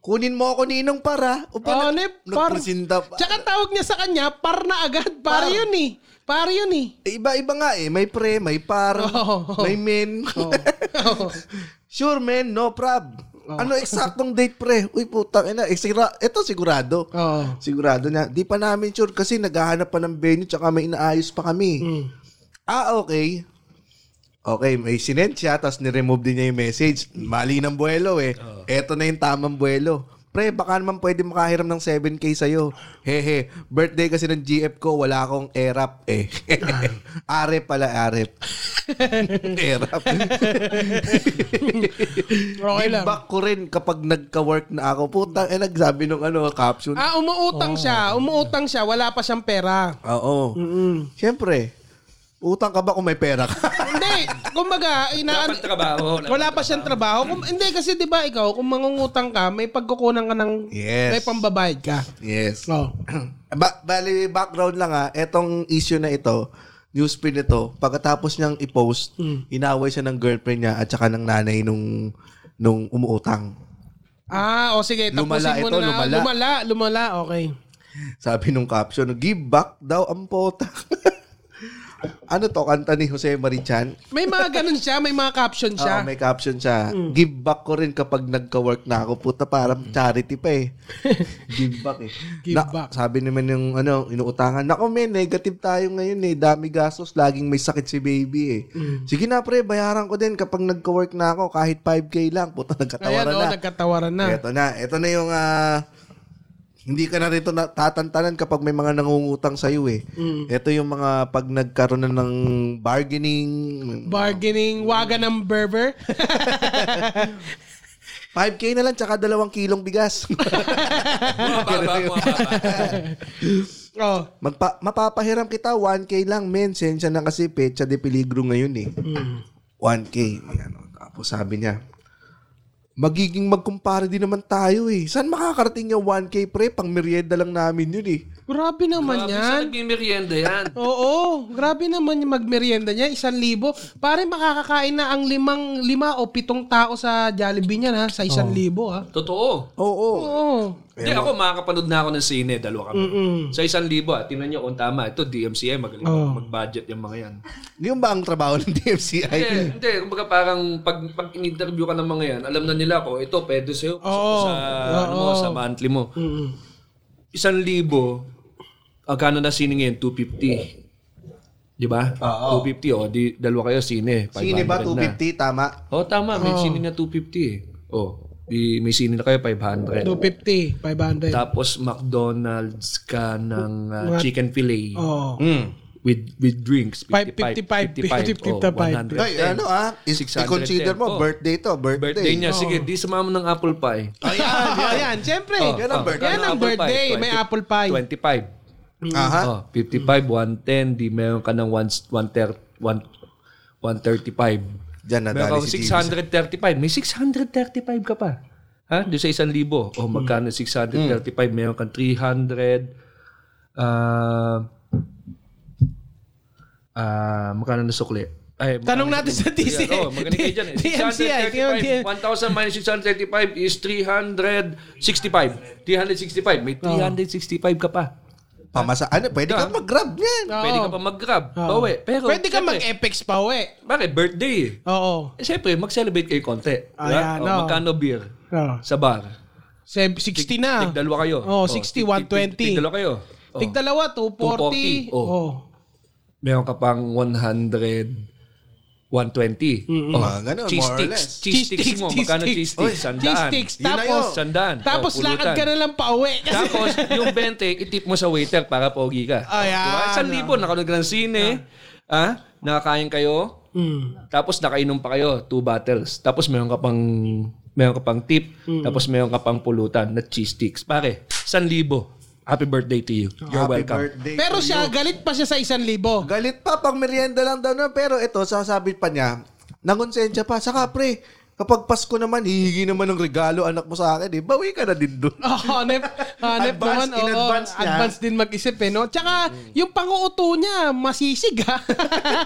Kunin mo ako ninong para. O
Oh,
pa,
ne,
nag-
par.
nagpresinta pa.
Tsaka tawag niya sa kanya, par na agad. Par, yun eh. Par yun eh.
Eh, Iba-iba nga eh. May pre, may par,
Oo.
may men.
Oo.
sure, men. No prob. Ano eksaktong date, pre? Uy, putang ina. Eh, sigura- ito sigurado.
Oo.
Sigurado na. Di pa namin sure kasi naghahanap pa ng venue tsaka may inaayos pa kami. Ah, okay. Okay, may sinend siya tapos niremove din niya yung message. Mali ng buwelo eh. Eto na yung tamang buwelo. Pre, baka naman pwede makahiram ng 7K sa'yo. Hehe, birthday kasi ng GF ko, wala akong erap eh. arep pala, arep. erap.
Okay lang.
Give back ko rin kapag nagka-work na ako. Puta, eh, nagsabi nung ano, caption.
Ah, umuutang siya.
Oh.
Umuutang siya. Wala pa siyang pera.
Oo. Siyempre, utang ka ba kung may pera ka?
hindi. Kumbaga, inaan...
Dapat trabaho.
Wala pa siyang trabaho. Kung, hindi, kasi di ba ikaw, kung mangungutang ka, may pagkukunan ka ng...
Yes.
May pambabayad ka.
yes.
Oh.
ba- bali, background lang ha. Etong issue na ito, newsprint ito, pagkatapos niyang i-post, inaway siya ng girlfriend niya at saka ng nanay nung nung umuutang.
Ah, o sige.
Lumala
Tapusin mo
ito,
na.
lumala.
Lumala, lumala. Okay.
Sabi nung caption, give back daw ang pota. ano to, kanta ni Jose Marichan?
May mga ganun siya. May mga caption
Oo,
siya. Hmm.
may caption siya. Give back ko rin kapag nagka-work na ako. Puta, parang charity pa eh. Give back eh.
Give
Na-
back.
Sabi naman yung ano, inuutangan. Nako men, negative tayo ngayon eh. Dami gastos. Laging may sakit si baby eh.
Hmm.
Sige na pre, bayaran ko din kapag nagka-work na ako. Kahit 5K lang. Puta,
Ayan,
nagkatawaran
oh,
na.
nagkatawaran na.
Eto na. Eto na yung... ah, hindi ka na rito na- tatantanan kapag may mga nangungutang sa'yo eh.
Hmm.
Ito yung mga pag nagkaroon na ng bargaining,
Bargaining, waga ng berber.
5K na lang tsaka dalawang kilong bigas.
Mababa, mababa.
oh.
Magpa- mapapahiram kita 1K lang men. Sensya na kasi pecha de peligro ngayon eh. 1K. Ayan, o. tapos sabi niya, magiging magkumpara din naman tayo eh. Saan makakarating yung 1K pre? Pang merienda lang namin yun eh.
Grabe naman
Grabe
yan.
siya nagmimerienda yan.
Oo, grabe naman yung magmerienda niya, isang libo. Pare, makakakain na ang limang, lima o pitong tao sa Jollibee niya na, sa isang libo ha.
Totoo.
Oo.
Oo.
Hindi, ako makakapanood na ako ng sine, dalawa kami. Sa isang libo, ah, tingnan nyo kung tama. Ito, DMCI, magaling mag-budget yung mga yan.
Yun ba ang trabaho ng
Hindi,
DMCI?
hindi. Kumbaga parang pag, pag in-interview ka ng mga yan, alam na nila ako, ito, pwede sa'yo. Pasok ko
Oo.
sa, ano mo, sa monthly mo. Isang libo, agkano na sine ngayon? 250. Di ba? 250, o. Di, dalawa kayo sine.
Sine ba
500 na.
250? Tama.
Oo, tama. May sine na 250 eh. Oh, di, may sine na kayo 500.
250, 500.
Tapos McDonald's ka ng uh,
Mga-
chicken fillet
Oo.
Mm.
with with drinks. oh,
55, 55,
Ay, ano ah, is,
610.
i-consider mo,
Oh.
birthday to, birthday.
Birthday niya. Sige, di sumama ng apple pie.
Ayan, ayan, syempre.
Oh,
yan ang
oh,
birthday.
Yan ang birthday, may apple pie.
25.
Aha.
Ah, Oh, 55, 110, di meron ka ng 1, 130, 135.
Diyan na
Meron
dali
kang
si
635. May 635 ka pa. Ha? Doon sa 1,000. O
Mm.
magkano 635? Meron kang 300. Ah. ah, magkano na sukli? Ay, magkano
Tanong
na
natin
sukli?
sa TCI.
Ayan, Oo, magaling kayo dyan. eh.
TMCI,
635. 1,000 minus 635 is 365. 365.
Oh.
May 365 ka pa.
Pamasa, ano, pwede kang mag-grab yan.
Oo.
Pwede ka pa mag-grab. Bawi. Pero,
Oh. Pwede ka
syempre,
mag-epex pa, we.
Bakit? Birthday eh.
Oo.
Eh, syempre, mag-celebrate kayo konti.
Ayan, oh.
Diba?
oo.
O, magkano beer?
Oo.
Sa bar.
Seb- 60 na. Oh,
Tig dalawa kayo.
Oo,
O,
60,
tig- tig-
120.
Tig dalawa kayo. Oh. O,
Tig dalawa, 240.
240, oh.
Oo.
Meron ka pang 100 120. Oh,
Mga Ah, ganun,
cheese
more or
sticks.
less.
Cheese
Cheese sticks mo.
sticks,
Magkano
cheese
cheese
sticks.
sticks? Sandaan.
Cheese sticks.
Yun na
Tapos,
yun.
Sandaan.
tapos
O,
lakad ka
pulutan.
na lang pa uwi. Kasi
Tapos, yung 20, itip mo sa waiter para pogi ka.
Ayan.
Diba? Isang libo, nakanood ka ng sine. Ah, nakakain kayo. Tapos, nakainom pa kayo. Two bottles. Tapos, meron ka pang meron ka pang tip. Tapos, meron ka pang pulutan na cheese sticks. Pare, isang libo. Happy birthday to you. You're
Happy
welcome.
birthday
Pero
to
siya, galit pa siya sa isang libo.
Galit pa, pang merienda lang daw na. Pero ito, sasabi pa niya, nangonsensya pa. Saka pre, kapag Pasko naman, hihingi naman ng regalo anak mo sa akin eh. Bawi ka na din doon.
Oh, hanep, hanep
Advance,
naman. oo,
in advance niya.
advance din mag-isip eh, no? Tsaka, yung panguuto niya, masisig ah. ha.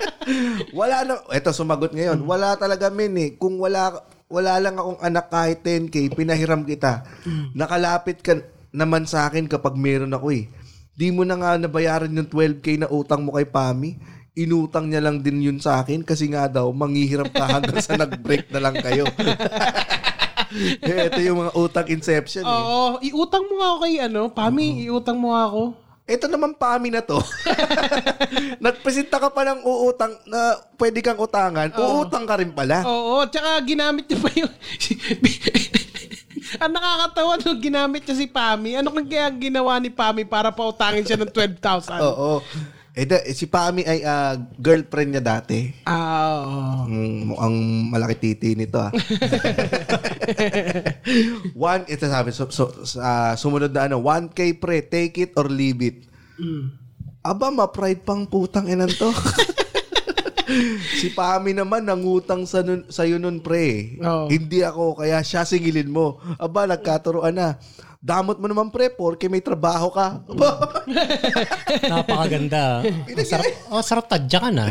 Wala na, ito sumagot ngayon, wala talaga min eh. Kung wala, wala lang akong anak kahit 10K, pinahiram kita. Nakalapit ka naman sa akin kapag meron ako eh. Di mo na nga nabayaran yung 12K na utang mo kay Pami. Inutang niya lang din yun sa akin kasi nga daw, manghihiram ka hanggang sa nag-break na lang kayo. eh, ito yung mga utang inception eh.
Oo, iutang mo nga ako kay ano, Pami, iutang mo nga ako.
Ito naman pami na to. Nagpresenta ka pa ng uutang na pwede kang utangan. Uutang ka rin pala.
Oo, tsaka ginamit niya pa yung... Ang nakakatawa nung ginamit niya si Pami. Ano kung kaya ang ginawa ni Pami para pautangin siya ng 12,000?
Oo. Eh, da, eh, si Pami ay ah, girlfriend niya dati.
Ah, oo.
Mm, mukhang malaki titi nito ah. One, ito sabi, so, so, sa- sumunod na ano, 1K pre, take it or leave it. Aba, ma-pride pang putang inan to. si Pami naman, nangutang sa nun, sa'yo nun pre.
Oo.
Hindi ako, kaya siya singilin mo. Aba, nagkaturoan na. Damot mo naman pre, porke may trabaho ka. Aba,
Napakaganda. Ang sarap, oh, sarap tadya ka na.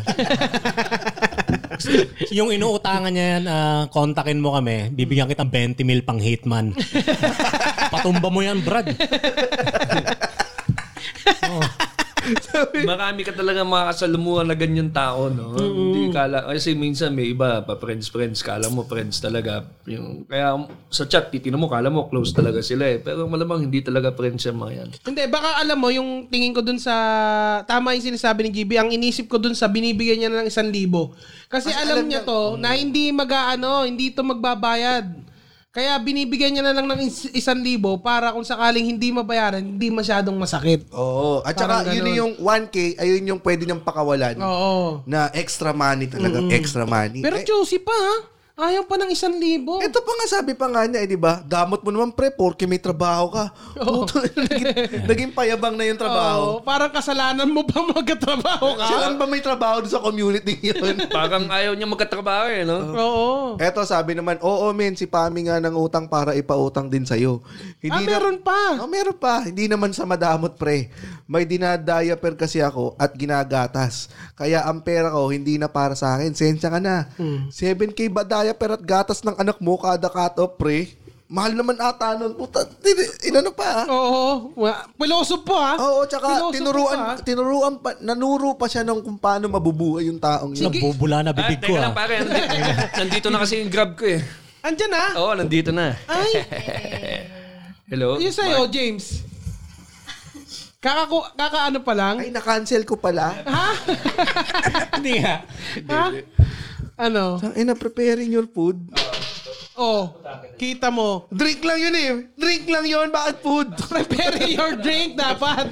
yung inuutangan niya yan, ah, kontakin mo kami, bibigyan kita 20 mil pang hitman. Patumba mo yan, Brad.
Marami ka talaga makakasalamuhan na ganyan tao, no? Hindi kala, kasi minsan may iba, pa friends-friends, kala mo friends talaga. Yung, kaya sa chat, titignan mo, kala mo close talaga sila eh. Pero malamang hindi talaga friends yung mga yan.
Hindi, baka alam mo, yung tingin ko dun sa... Tama yung sinasabi ni GB. Ang inisip ko dun sa binibigyan niya ng isang libo. Kasi alam, niya to,
Mm.
na hindi mag-ano, hindi to magbabayad. Kaya binibigyan niya na lang ng is- isang libo para kung sakaling hindi mabayaran, hindi masyadong masakit.
Oo. At saka,
Parang
yun yung 1K, ayun yung pwede niyang pakawalan.
Oo.
Na extra money talaga, extra money.
Pero
Eh,
juicy pa, ha? Ayaw pa ng isang libo.
Ito pa nga sabi pa nga niya, eh, di ba? Damot mo naman pre, porke may trabaho ka. Puto, naging, naging payabang na yung
Oo,
trabaho.
parang kasalanan mo pa magkatrabaho ka.
Sila ba may trabaho doon sa community yun?
Parang ayaw niya magkatrabaho eh, no?
Oo.
Eto sabi naman, oo men, si Pami nga ng utang para ipautang din sa'yo.
Ah,
na-
meron pa.
Ah, meron pa. Hindi naman sa madamot pre. May dinadiaper kasi ako at ginagatas. Kaya ang pera ko hindi na para sa akin. Sensya ka na. 7K ba diaper at gatas ng anak mo kada cut off pre? Mahal naman ata nun. Puta, tin- inano pa ah.
Oo. Wa- Piloso po, ha?
Oo, tsaka
Piloso
tinuruan,
po, ha?
tinuruan pa, ah. nanuro pa siya ng kung paano mabubuhay yung taong yun.
Nabubula na
Ah,
bibig ko.
teka lang
Ah.
pare, nandito, nandito na kasi yung grab ko eh.
Andyan, ha?
Oo, nandito na.
Eh,
Ay,
Hello?
Yung sa'yo, James. Kaka, kaka ano pa lang?
Ay, na-cancel ko pala.
Ha?
Hindi nga.
ha? Ano?
Ay, na-preparing your food.
Oh, kita mo.
Drink lang yun eh. Drink lang yun, bakit food?
Prepare your drink dapat.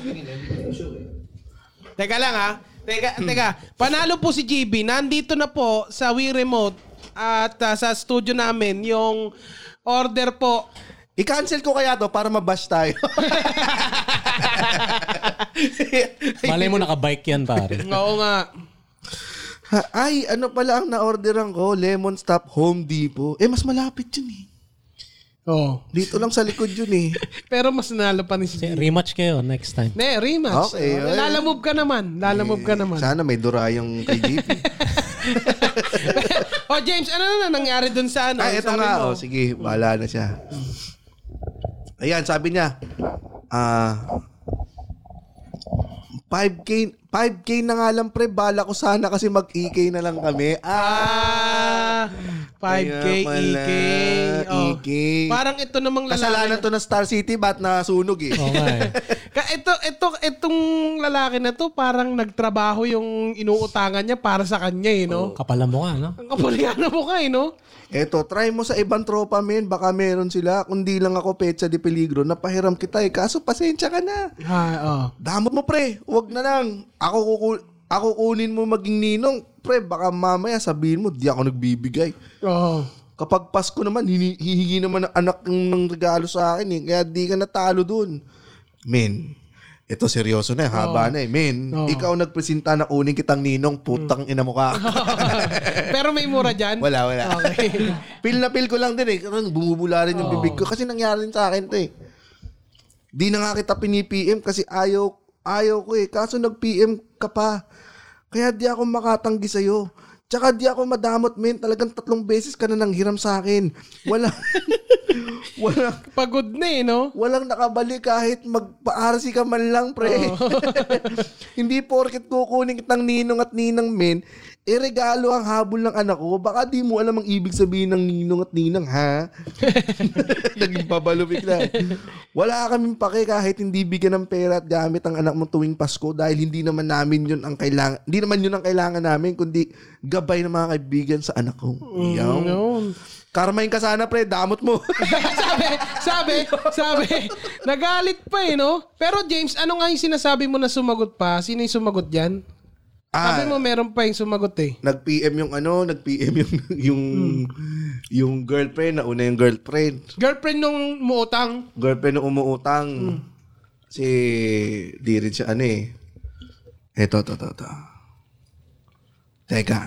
teka lang ha. Teka, teka. Panalo po si GB. Nandito na po sa Wii Remote at ah, sa studio namin yung order po.
I-cancel ko kaya to para mabash tayo.
Malay mo nakabike yan, pare.
Oo nga.
Ha, Ay, ano pala ang na-orderan ko? Lemon Stop Home Depot. Eh, mas malapit yun eh.
Oh.
Dito lang sa likod yun eh.
Pero mas nalo pa ni si GB.
Rematch kayo next time.
Ne, rematch.
Okay, okay.
Lalamove ka naman. Lalamove ka naman.
Sana may durayang kay JP.
oh, James, ano na nangyari dun sa ano?
Ay, eto
Sabi
nga.
mo.
Oh, sige, bahala na siya. Ayan, sabi niya, ah, 5K, 5K na nga lang pre, bala ko sana kasi mag-EK na lang kami.
Ah,
Ah!
5K,
Kaya pala,
EK.
E
E Oh.
EK.
Parang ito namang lalaki.
Kasalanan to na Star City, ba't nasunog eh?
Oo nga eh.
Ka ito, ito, itong lalaki na to, parang nagtrabaho yung inuutangan niya para sa kanya eh,
Oh.
no?
Kapal mo ka, no?
Ang kapuliana mo ka eh, no?
Eto, try mo sa ibang tropa, men. Baka meron sila. Kundi lang ako petsa de peligro. Napahiram kita eh. Kaso pasensya ka na.
Ha, oh.
Damot mo, pre. Huwag na lang. Ako, kuku- ako kunin mo maging ninong. Pre, baka mamaya sabihin mo, di ako nagbibigay.
Oo.
Kapag Pasko naman, hini- hihingi naman ng anak ng, ng regalo sa akin eh. Kaya di ka natalo dun. Men, ito seryoso na eh. Haba na eh. Men,
Oo.
ikaw nagpresenta na kunin kitang ninong. Putang ina mo ka.
Pero may mura dyan?
Wala, wala.
Okay.
Pil na pil ko lang din eh. Karoon, bumubula rin yung bibig ko. Kasi nangyari rin sa akin to eh. Di na nga kita pinipm kasi ayaw, ayaw ko eh. Kaso nag-PM ka pa. Kaya di ako makatanggi sa'yo. Tsaka di ako madamot, men. Talagang tatlong beses ka na nang hiram sa akin. Wala, walang,
Pagod na eh, no?
walang nakabalik kahit magpa-RC ka man lang, pre. Hindi porket kukunin kitang ninong at ninang men, eh regalo ang habol ng anak ko. Baka di mo alam ang ibig sabihin ng ninong at ninang, ha? Naging pabalo bigla. Wala kaming pake kahit hindi bigyan ng pera at gamit ang anak mo tuwing Pasko dahil hindi naman namin yun ang kailangan. Hindi naman yun ang kailangan namin, kundi gabay ng mga kaibigan sa anak ko. Yaw. Karmain ka sana, pre. Damot mo.
sabi, sabi, sabi. Nagalit pa eh, no? Pero James, ano nga yung sinasabi mo na sumagot pa? Sino yung sumagot dyan?
Ah.
Sabi mo meron pa yung sumagot eh.
Nag-PM yung ano, nag-PM yung yung yung girlfriend, nauna yung girlfriend.
Girlfriend nung muutang.
Girlfriend na umuutang. Si di rin siya ano eh. Eto, to, to, to. Teka.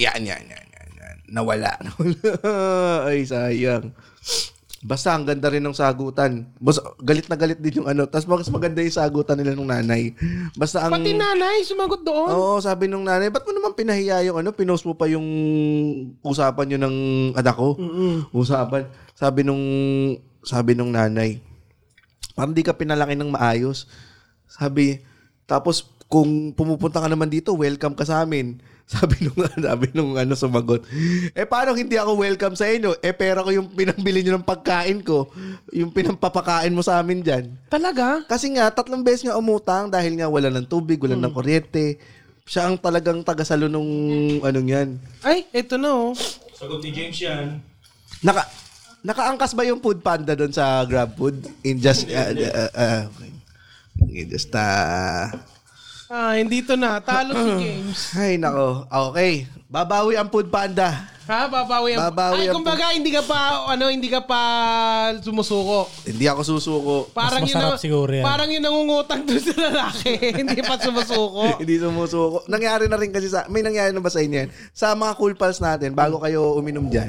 Yan, yan, yan, yan, yan. Nawala. Nawala. Ay, sayang. Basta ang ganda rin ng sagutan. Basta, galit na galit din yung ano. Tapos mas maganda yung sagutan nila nung nanay. Basta ang...
Pati nanay, sumagot doon.
Oo, sabi nung nanay, ba't mo naman pinahiya yung ano, pinost mo pa yung usapan yun ng anak ko? Usapan. Sabi nung, sabi nung nanay, parang di ka pinalaki ng maayos. Sabi, tapos kung pumupunta ka naman dito, welcome ka sa amin. Sabi nung, sabi nung ano sumagot, eh paano hindi ako welcome sa inyo? Eh pera ko yung pinambili nyo ng pagkain ko, yung pinampapakain mo sa amin dyan.
Talaga?
Kasi nga, tatlong beses nga umutang dahil nga wala ng tubig, wala ng kuryente. Siya ang talagang ano tagasalo nung anong yan.
Ay, eto na oh.
Sagot ni James yan.
Naka, nakaangkas ba yung food panda doon sa Grab Food? In just, uh, uh, uh, in just, uh,
Ah, hindi to na. Talo si James.
ay nako, okay. Babawi ang food panda.
Ha? Babawi ang...
Babawi
Ay,
ang-
kumbaga, hindi ka pa, ano, hindi ka pa sumusuko.
Hindi ako susuko.
Parang
Mas
ang-
masarap siguro yan.
Parang yung nangungutang doon sa lalaki. hindi pa sumusuko.
Hindi sumusuko. Nangyari na rin kasi sa, may nangyari na ba sa inyo yan? Sa mga cool pals natin, bago kayo uminom dyan,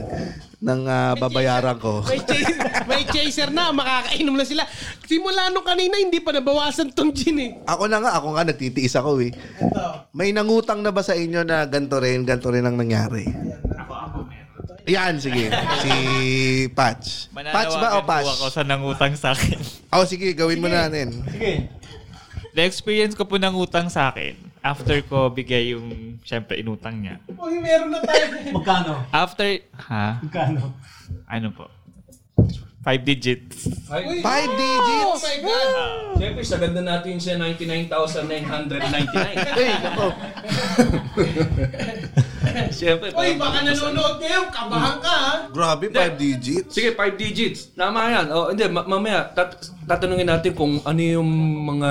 ng ah, babayaran ko.
May chaser, may chaser na, makakainom na sila. Simula nung kanina, hindi pa nabawasan tong gin eh.
Ako na nga, ako nga, nagtitiis ako eh. May nangutang na ba sa inyo na ganito rin, ganito rin ang nangyari? Yan, sige. Si Patch. Patch ba o
Mananawagan
Patch?
po ako sa nangutang sa akin.
Oh, sige, gawin mo na natin.
Na-experience ko po nangutang sa akin after ko bigay yung, syempre, inutang niya.
Uy, meron na tayo.
Magkano?
After, ha?
Magkano?
Ano po? Five digits.
Five
Oh
digits.
my God.
Siyempre, sagad na natin siya 99,999.
Hey, nako.
Siyempre,
Uy,
parang-
baka nanonood kayo. Kabahan ka ha.
Grabe, five digits.
Sige, 5 digits. Tama yan. O, hindi, ma- mamaya, tat- tatanungin natin kung ano yung mga...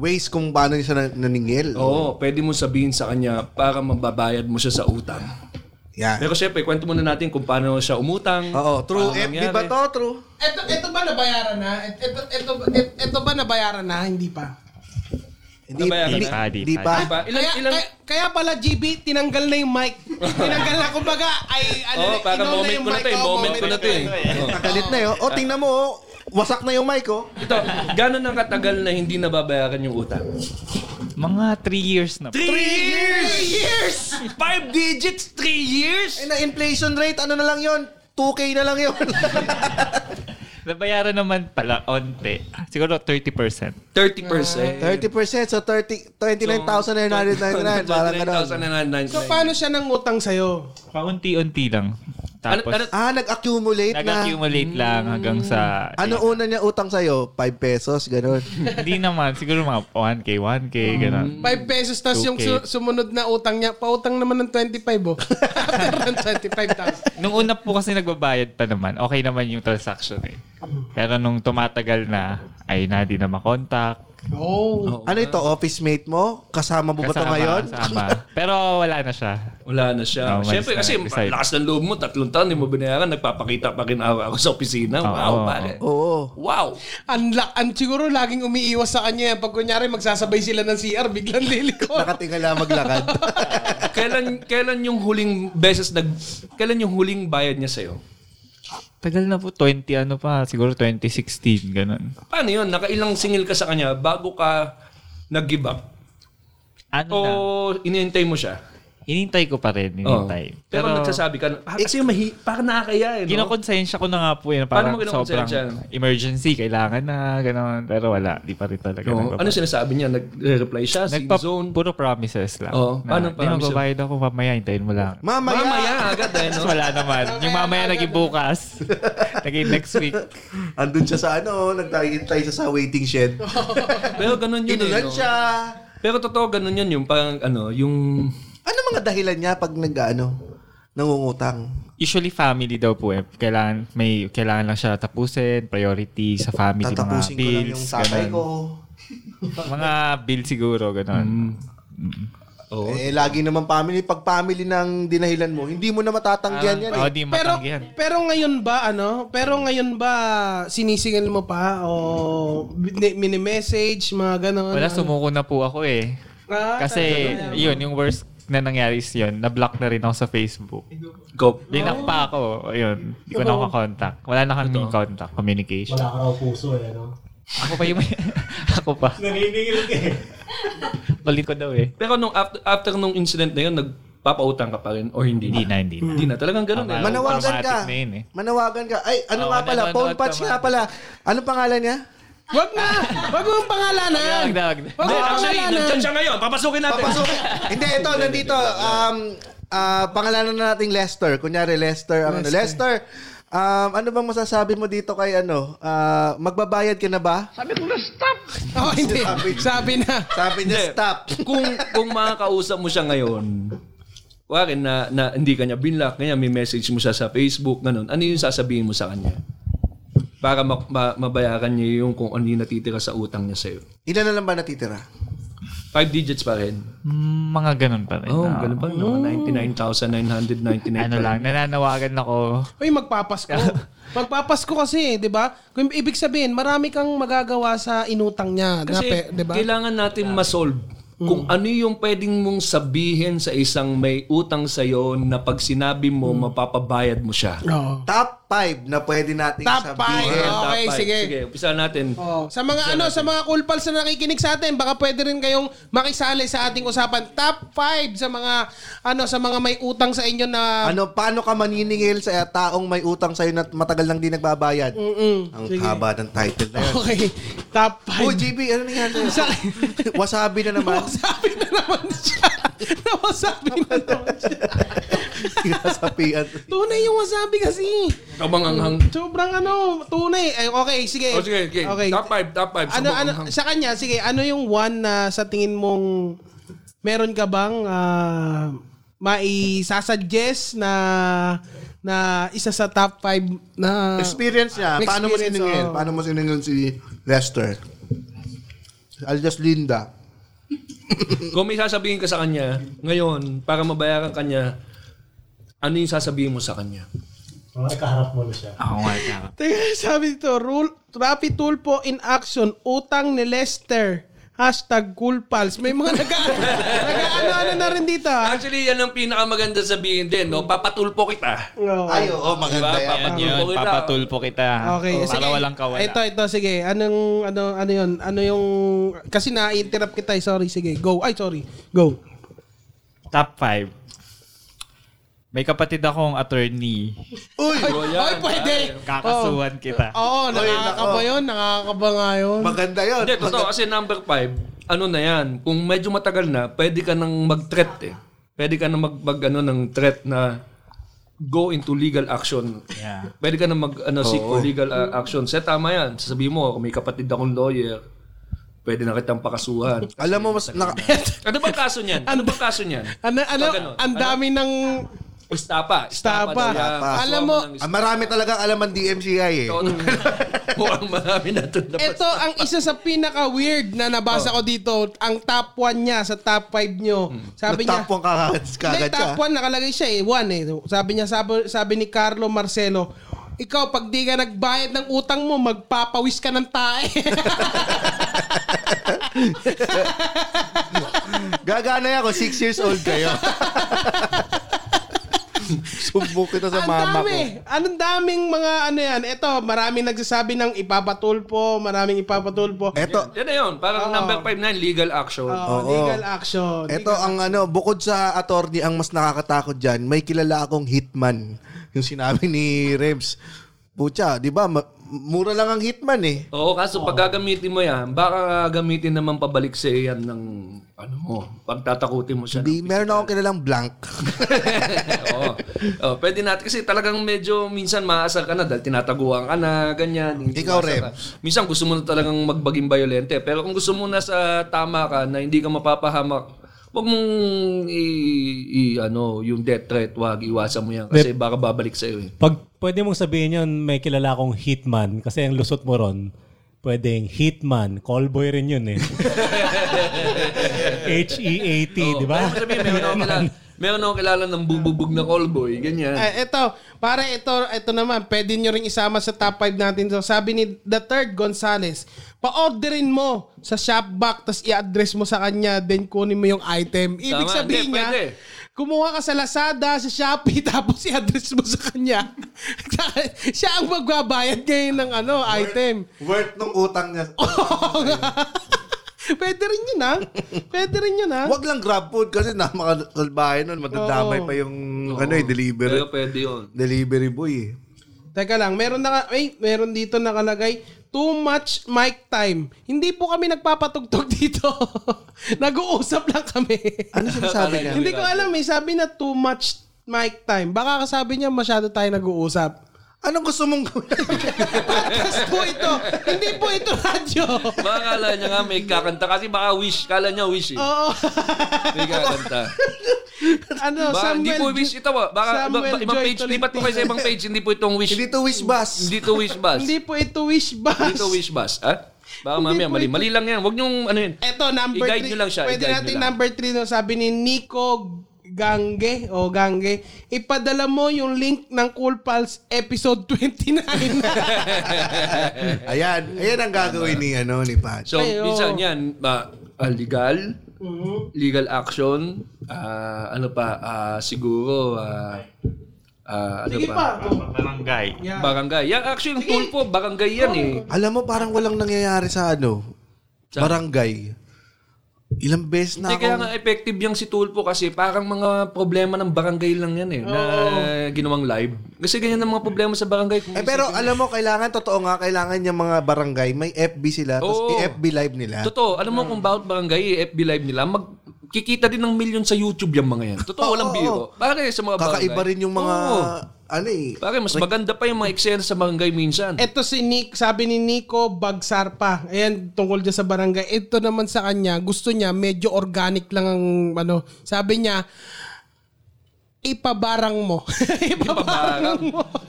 Ways kung paano siya nan- naningil.
Oo, pwede mo sabihin sa kanya para mababayad mo siya sa utang.
Yan.
Pero siyempre, kwento muna natin kung paano siya umutang.
Oo, true. FB
paano nangyari.
ba to? True.
Eto, eto ba nabayaran na? Et- Eto, eto, eto, eto ba nabayaran na? Hindi pa.
Hindi,
Nabayaran
hindi,
na. Di
hindi
pa,
pa.
Di ba? Diba? Ilan,
kaya,
ilan,
kaya, kaya pala GB, tinanggal na yung mic. tinanggal na, kumbaga, ay, ano,
Oo,
na,
parang
inaw
Oh, moment
yung mic.
ko na
oh,
to eh.
Oo,
Moment ko na to eh. Oo.
Nakalit na yun. O, tingnan mo, oh. wasak na yung mic, oh.
Ito, gano'n ang katagal na hindi nababayaran yung utang?
Ah,
Mga three years na po.
3 years! 3 years! 5 digits, 3 years?
Eh, na inflation rate, ano na lang yun? 2K na lang yun.
Nabayaran naman pala, onte. Siguro 30%.
30%.
30% so 30 29,999 parang ganun.
29,999.
So, paano siya nang utang sa'yo?
Paunti-unti lang. Tapos,
Ano- ano-
Ah, nag-accumulate na.
nag-accumulate lang hanggang sa...
Ano una niya utang sa'yo? 5 pesos, ganun.
Hindi naman. Siguro mga 1K, 1K, gano'n.
5
Mm.
pesos, tapos yung su- sumunod na utang niya, pautang naman ng 25, oh. After ng 25,000.
Nung una po kasi nagbabayad pa naman, okay naman yung transaction eh. Pero nung tumatagal na, ay na di na makontak.
Oh.
ano ito, office mate mo? Kasama mo ba ito
Kasama,
ngayon?
kasama. Pero wala na siya.
Wala na siya.
Oh, malis
Siyempre
na,
kasi
resign.
lakas ng loob mo, tatlong taon, hindi mo binayaran, nagpapakita pa rin ako sa opisina.
Oo,
Wow,
oo,
pare.
Oo.
Wow.
Ang, la- ang siguro laging umiiwas sa kanya yan. Pag kunyari magsasabay sila ng CR, biglang liliko.
Nakatingala maglakad.
kailan kailan yung huling beses nag kailan yung huling bayad niya sa'yo?
Tagal na po, 20 ano pa, siguro 2016, ganun.
Paano yun? Nakailang singil ka sa kanya bago ka nag-give up?
Ano na,
O inintay mo siya?
inintay ko pa rin,
Oo.
inintay.
Pero, nagsasabi ka, na, ah, kasi mahi, parang nakakaya eh. No?
Kinokonsensya ko na nga po yun.
Paano
Parang
mo
sobrang
kinokonsensya?
emergency, kailangan na, gano'n. Pero wala, di pa rin talaga.
Oo.
nagbabayad.
ano sinasabi niya? Nag-reply siya?
Nagpa,
Nagpa- zone?
Puro promises lang.
Oo, paano
na,
promises?
Di magbabayad ako, mamaya, hintayin mo lang.
Mamaya.
Mamaya agad eh, no?
Tapos Ano? wala naman. Yung mamaya naging bukas. naging next week.
Andun siya sa ano, nagtahintay siya sa waiting shed.
Pero ganun yun eh.
Inulan
no?
siya.
Pero totoo ganun yun yung parang ano, yung
Ano mga dahilan niya pag nag ano? nangungutang?
Usually family daw po eh. Kailangan, may, kailangan lang siya tapusin, priority sa family,
Tatapusin
mga
ko lang
bills.
yung tatay
ganun.
ko.
mga bills siguro, ganun.
Mm. Eh, lagi naman family. Pag family ng dinahilan mo, hindi mo na matatanggihan yan.
Oo,
eh.
di
Pero
matanggihan.
pero ngayon ba ano? Pero ngayon ba sinisingil mo pa o mini- mini-message mga ganon?
Wala, sumuko na po ako eh.
Ah,
Kasi,
talaga.
yun, yung worst na nangyari is yun, na-block na rin ako sa Facebook.
Go.
Oh.
Linak pa ako. Ayun. Hindi ko na ako contact. Wala na kami contact. Communication.
Wala ka raw puso eh, no?
Ako pa yung... ako pa.
Naniningil ka eh.
Kulit ko daw eh.
Pero nung after, after nung incident na yun, nagpapautang ka pa rin or hindi?
Hindi na, hindi na.
Hindi na. Talagang ganun eh.
Tama.
Manawagan ka.
Automatic na yun eh.
Manawagan ka. Ay, ano
Oo,
nga pala?
nanonood
Phone patch
ka man.
nga pala. Anong pangalan niya?
Wag na! Wag mo yung pangalanan!
Wag na, wag na.
Wag mo
Hindi,
yung
actually,
pangalanan!
nandyan siya ngayon. Papasukin natin.
Papasok. Hindi, ito, nandito. Um, ah, pangalanan na natin Lester. Kunyari, Lester. Ang ano, Lester, um, ano bang masasabi mo dito kay ano? Ah, magbabayad ka na ba?
Oh, hindi. Sabi na.
Sabi niya,
Hindi.
stop.
kung kung makakausap mo siya ngayon, wari na, na hindi kanya binlock, kanya may message mo siya sa Facebook, ganun. Ano yung sasabihin mo sa kanya? Para ma- ma- mabayaran niya yung kung ano yung natitira sa utang niya sa'yo.
Ilan na lang ba natitira?
Five digits pa rin.
Mm, Mga ganun pa rin.
Oh,
Ah,
ganun pa. No? 99,999.
Ano lang, nananawagan ako.
Uy, magpapasko. Magpapasko kasi, di ba? Kung ibig sabihin, marami kang magagawa sa inutang niya. na
Kasi
pe- di ba? Mm.
kailangan natin masolve kung ano yung pwedeng mong sabihin sa isang may utang sa'yo na pag sinabi mo,
Mm.
mapapabayad mo siya.
Oo.
Top 5 na pwede nating
Top
sabihin.
five. Okay,
Dapat.
sige.
Sige, umpisa natin.
Oh, sa mga ano, sa mga cool pals na nakikinig sa atin, baka pwede rin kayong makisali sa ating usapan. Top 5 sa mga ano, sa mga may utang sa inyo na
Ano, paano ka maniningil sa taong may utang sa'yo na matagal lang di nagbabayad?
Mm-mm.
Ang haba ng title na yun.
Okay. Top 5.
Oh, JB, ano nangyari sa'yo? Wasabi na naman.
Nawasabi na naman siya. Nawasabi na naman siya.
Sinasapian.
Tunay yung wasabi kasi.
Tabang anghang.
Sobrang ano, tunay. Ay, okay, sige.
Oh, sige, okay. Top 5, top 5.
Ano, ano, sa kanya, sige, ano yung one na sa tingin mong meron ka bang ah, maisasuggest na na isa sa top 5 na
Experience niya. Paano mo
Experience, oh.
siningil?
oo.
Paano mo siningil si Lester? Alias Linda.
Kung may sasabihin ka sa kanya, ngayon, para mabayaran kanya, ano yung sasabihin mo sa kanya?
Mga kaharap mo na siya.
Ako nga, tama.
Teka, sabi dito, rule, Rafi Tulpo in action, utang ni Lester. Hashtag cool pals. May mga nag-ano nag ano na rin dito. ha?
Actually, yan ang pinakamaganda sabihin din, no? Papatulpo kita.
Oo.
Ay, oo, maganda
Diba?
yan.
Papatulpo
Yun,
kita.
papatulpo kita.
Okay,
Oh,
sige.
Para walang kawala.
Ito, ito, sige. Anong, ano, ano yun? Ano yung, kasi na-interrupt kita eh. Sorry, sige. Go. Ay, sorry. Go.
Top 5. May kapatid akong attorney.
Uy!
Oh, yan.
Ay, pwede.
Kakasuhan
Oh.
kita.
Oo, nakakakaba yun. Nakakakaba nga yun.
Maganda yun.
Hindi, totoo. Kasi number 5, ano na yan, kung medyo matagal na, pwede ka nang mag-threat eh. Pwede ka nang mag, mag ano, ng threat na go into legal action.
Yeah.
Pwede ka nang mag ano, seek for legal uh, action. Set, tama yan. Sasabihin mo, kung may kapatid akong lawyer, pwede na kitang pakasuhan.
Alam mo, mas... Naka,
Ano bang kaso niyan? Ano bang kaso niyan?
Ano, ano,
Pag ganun.
ang dami ng
Estapa.
Estapa. Alam mo,
ah, marami talagang alaman DMCI eh.
Mukhang marami na ito.
Ito ang isa sa pinaka-weird na nabasa ko dito. Ang top 1 niya sa top 5 nyo.
Hmm.
Sabi niya,
Nagtapong kagad
Hindi,
kagad siya.
top 1 nakalagay siya eh. 1 eh. Sabi niya, sabi, sabi ni Carlo Marcelo, ikaw, pag di ka nagbayad ng utang mo, magpapawis ka ng tae.
Gagana ako, 6 years old kayo. Sumbok kita sa
Ang
mama ko.
dami. Anong daming mga ano yan. Ito, maraming nagsasabi ng ipapatulpo, maraming ipapatulpo.
Eto,
Yan na yun. Parang
Oo.
number 5 na yun, legal action.
Oo,
Eh, Oo.
legal action.
Ito ang ano, bukod sa attorney ang mas nakakatakot diyan, may kilala akong hitman. Yung sinabi ni Rebs. Pucha, 'di ba? ma- mura lang ang hitman eh.
Oo, kaso pag gagamitin mo yan, baka gamitin naman pabalik sa yan ng ano mo, pagtatakutin mo siya.
Hindi, meron akong kilalang blank.
Oo. Oo, pwede natin kasi talagang medyo minsan maasar ka na dahil tinataguan ka na, ganyan. Hindi
Ikaw,
umaasar ka. Minsan gusto mo na talagang magbaging bayolente. Pero kung gusto mo na sa tama ka na hindi ka mapapahamak Huwag mong i, i- ano, yung death threat, wag iwasan mo yan kasi baka babalik sa iyo. Eh.
Pag pwede mong sabihin yun, may kilala akong hitman kasi ang lusot mo ron, pwedeng hitman, callboy rin yun eh. H-E-A-T, di ba?
Oh, Kaya mo sabihin, meron akong kilala, meron akong kilala ng bubugbog na callboy, ganyan.
Eh, ito, para ito, ito naman, pwede nyo ring isama sa top 5 natin. So, sabi ni The Third Gonzales, pa-orderin mo sa Shopback, tapos i-address mo sa kanya, then kunin mo yung item. Ibig
Tama,
sabihin
hindi,
niya,
pwede.
kumuha ka sa Lazada, sa Shopee, tapos i-address mo sa kanya. Siya ang magbabayad ngayon ng ano, item.
Worth nung utang niya.
pwede rin yun, ha? Pwede rin yun, ah. ha?
Wag lang grab food kasi napakakalbahay nun. Matadamay pa yung ano eh, delivery.
Pero pwede yun.
Delivery boy eh.
Teka lang, meron na ay, meron dito nakalagay too much mic time. Hindi po kami nagpapatugtog dito. Nag-uusap lang kami.
Ano sinasabi niya?
Hindi ko alam, eh, sabi na too much mic time. Baka kasabi niya masyado tayo nag-uusap.
Anong gusto mong gawin?
Podcast po ito. Hindi po ito radyo.
Baka kala niya nga may kakanta kasi baka wish. Kala niya wish eh.
Oo.
May kakanta.
ano,
Baka,
Samuel
hindi po wish ito. ah. Baka iba-
Samuel
iba- ibang
Joy
page. Lipat po
Tolentino.
kayo sa ibang page. Hindi po itong wish.
Hindi to wish bus.
Hindi to wish bus.
Hindi po ito wish bus.
Hindi to wish bus. Ha? Baka
Hindi
mamaya
po
mali.
ito.
Mali lang yan. Huwag niyong ano yun.
Eto, number
I-guide
3.
nyo lang siya,
Pwede
i-guide
natin
nyo lang.
number 3 no, sabi ni Nico Gange o Gange, ipadala mo yung link ng Cool Pals episode 29.
Ayan. Ayan ang gagawin ni, ano, ni Pat.
So,
Ay, oo.
minsan yan, ba, ah, legal,
Mm-hmm.
legal action, ah, ano pa, ah, siguro, ah, ah, ano
Sige
pa,
pa.
Barangay.
Yeah.
barangay. Yan, actually, yung tulpo, barangay yan eh.
Alam mo, parang walang nangyayari sa ano, barangay. Ilang beses na
Hindi kaya
ako.
nga effective yung si Tulpo kasi parang mga problema ng barangay lang yan eh, na ginawang live. Kasi ganyan ang mga problema sa barangay. Kung
Eh pero alam mo, kailangan, totoo nga, kailangan yung mga barangay, may FB sila, tapos
Oo.
i-FB live nila.
Totoo, alam
ah.
mo kung bawat barangay, FB live nila, magkikita din ng million sa YouTube yung mga yan. Totoo, walang biro. Pare, sa mga barangay.
Kakaiba rin yung mga, ano eh,
Pare, mas maganda pa yung mga eksena sa barangay minsan.
Ito si Nick, sabi ni Nico Bagsar pa. Ayan, tungkol dyan sa barangay. Ito naman sa kanya, gusto niya, medyo organic lang ang ano. Sabi niya, ipabarang mo.
pabarang.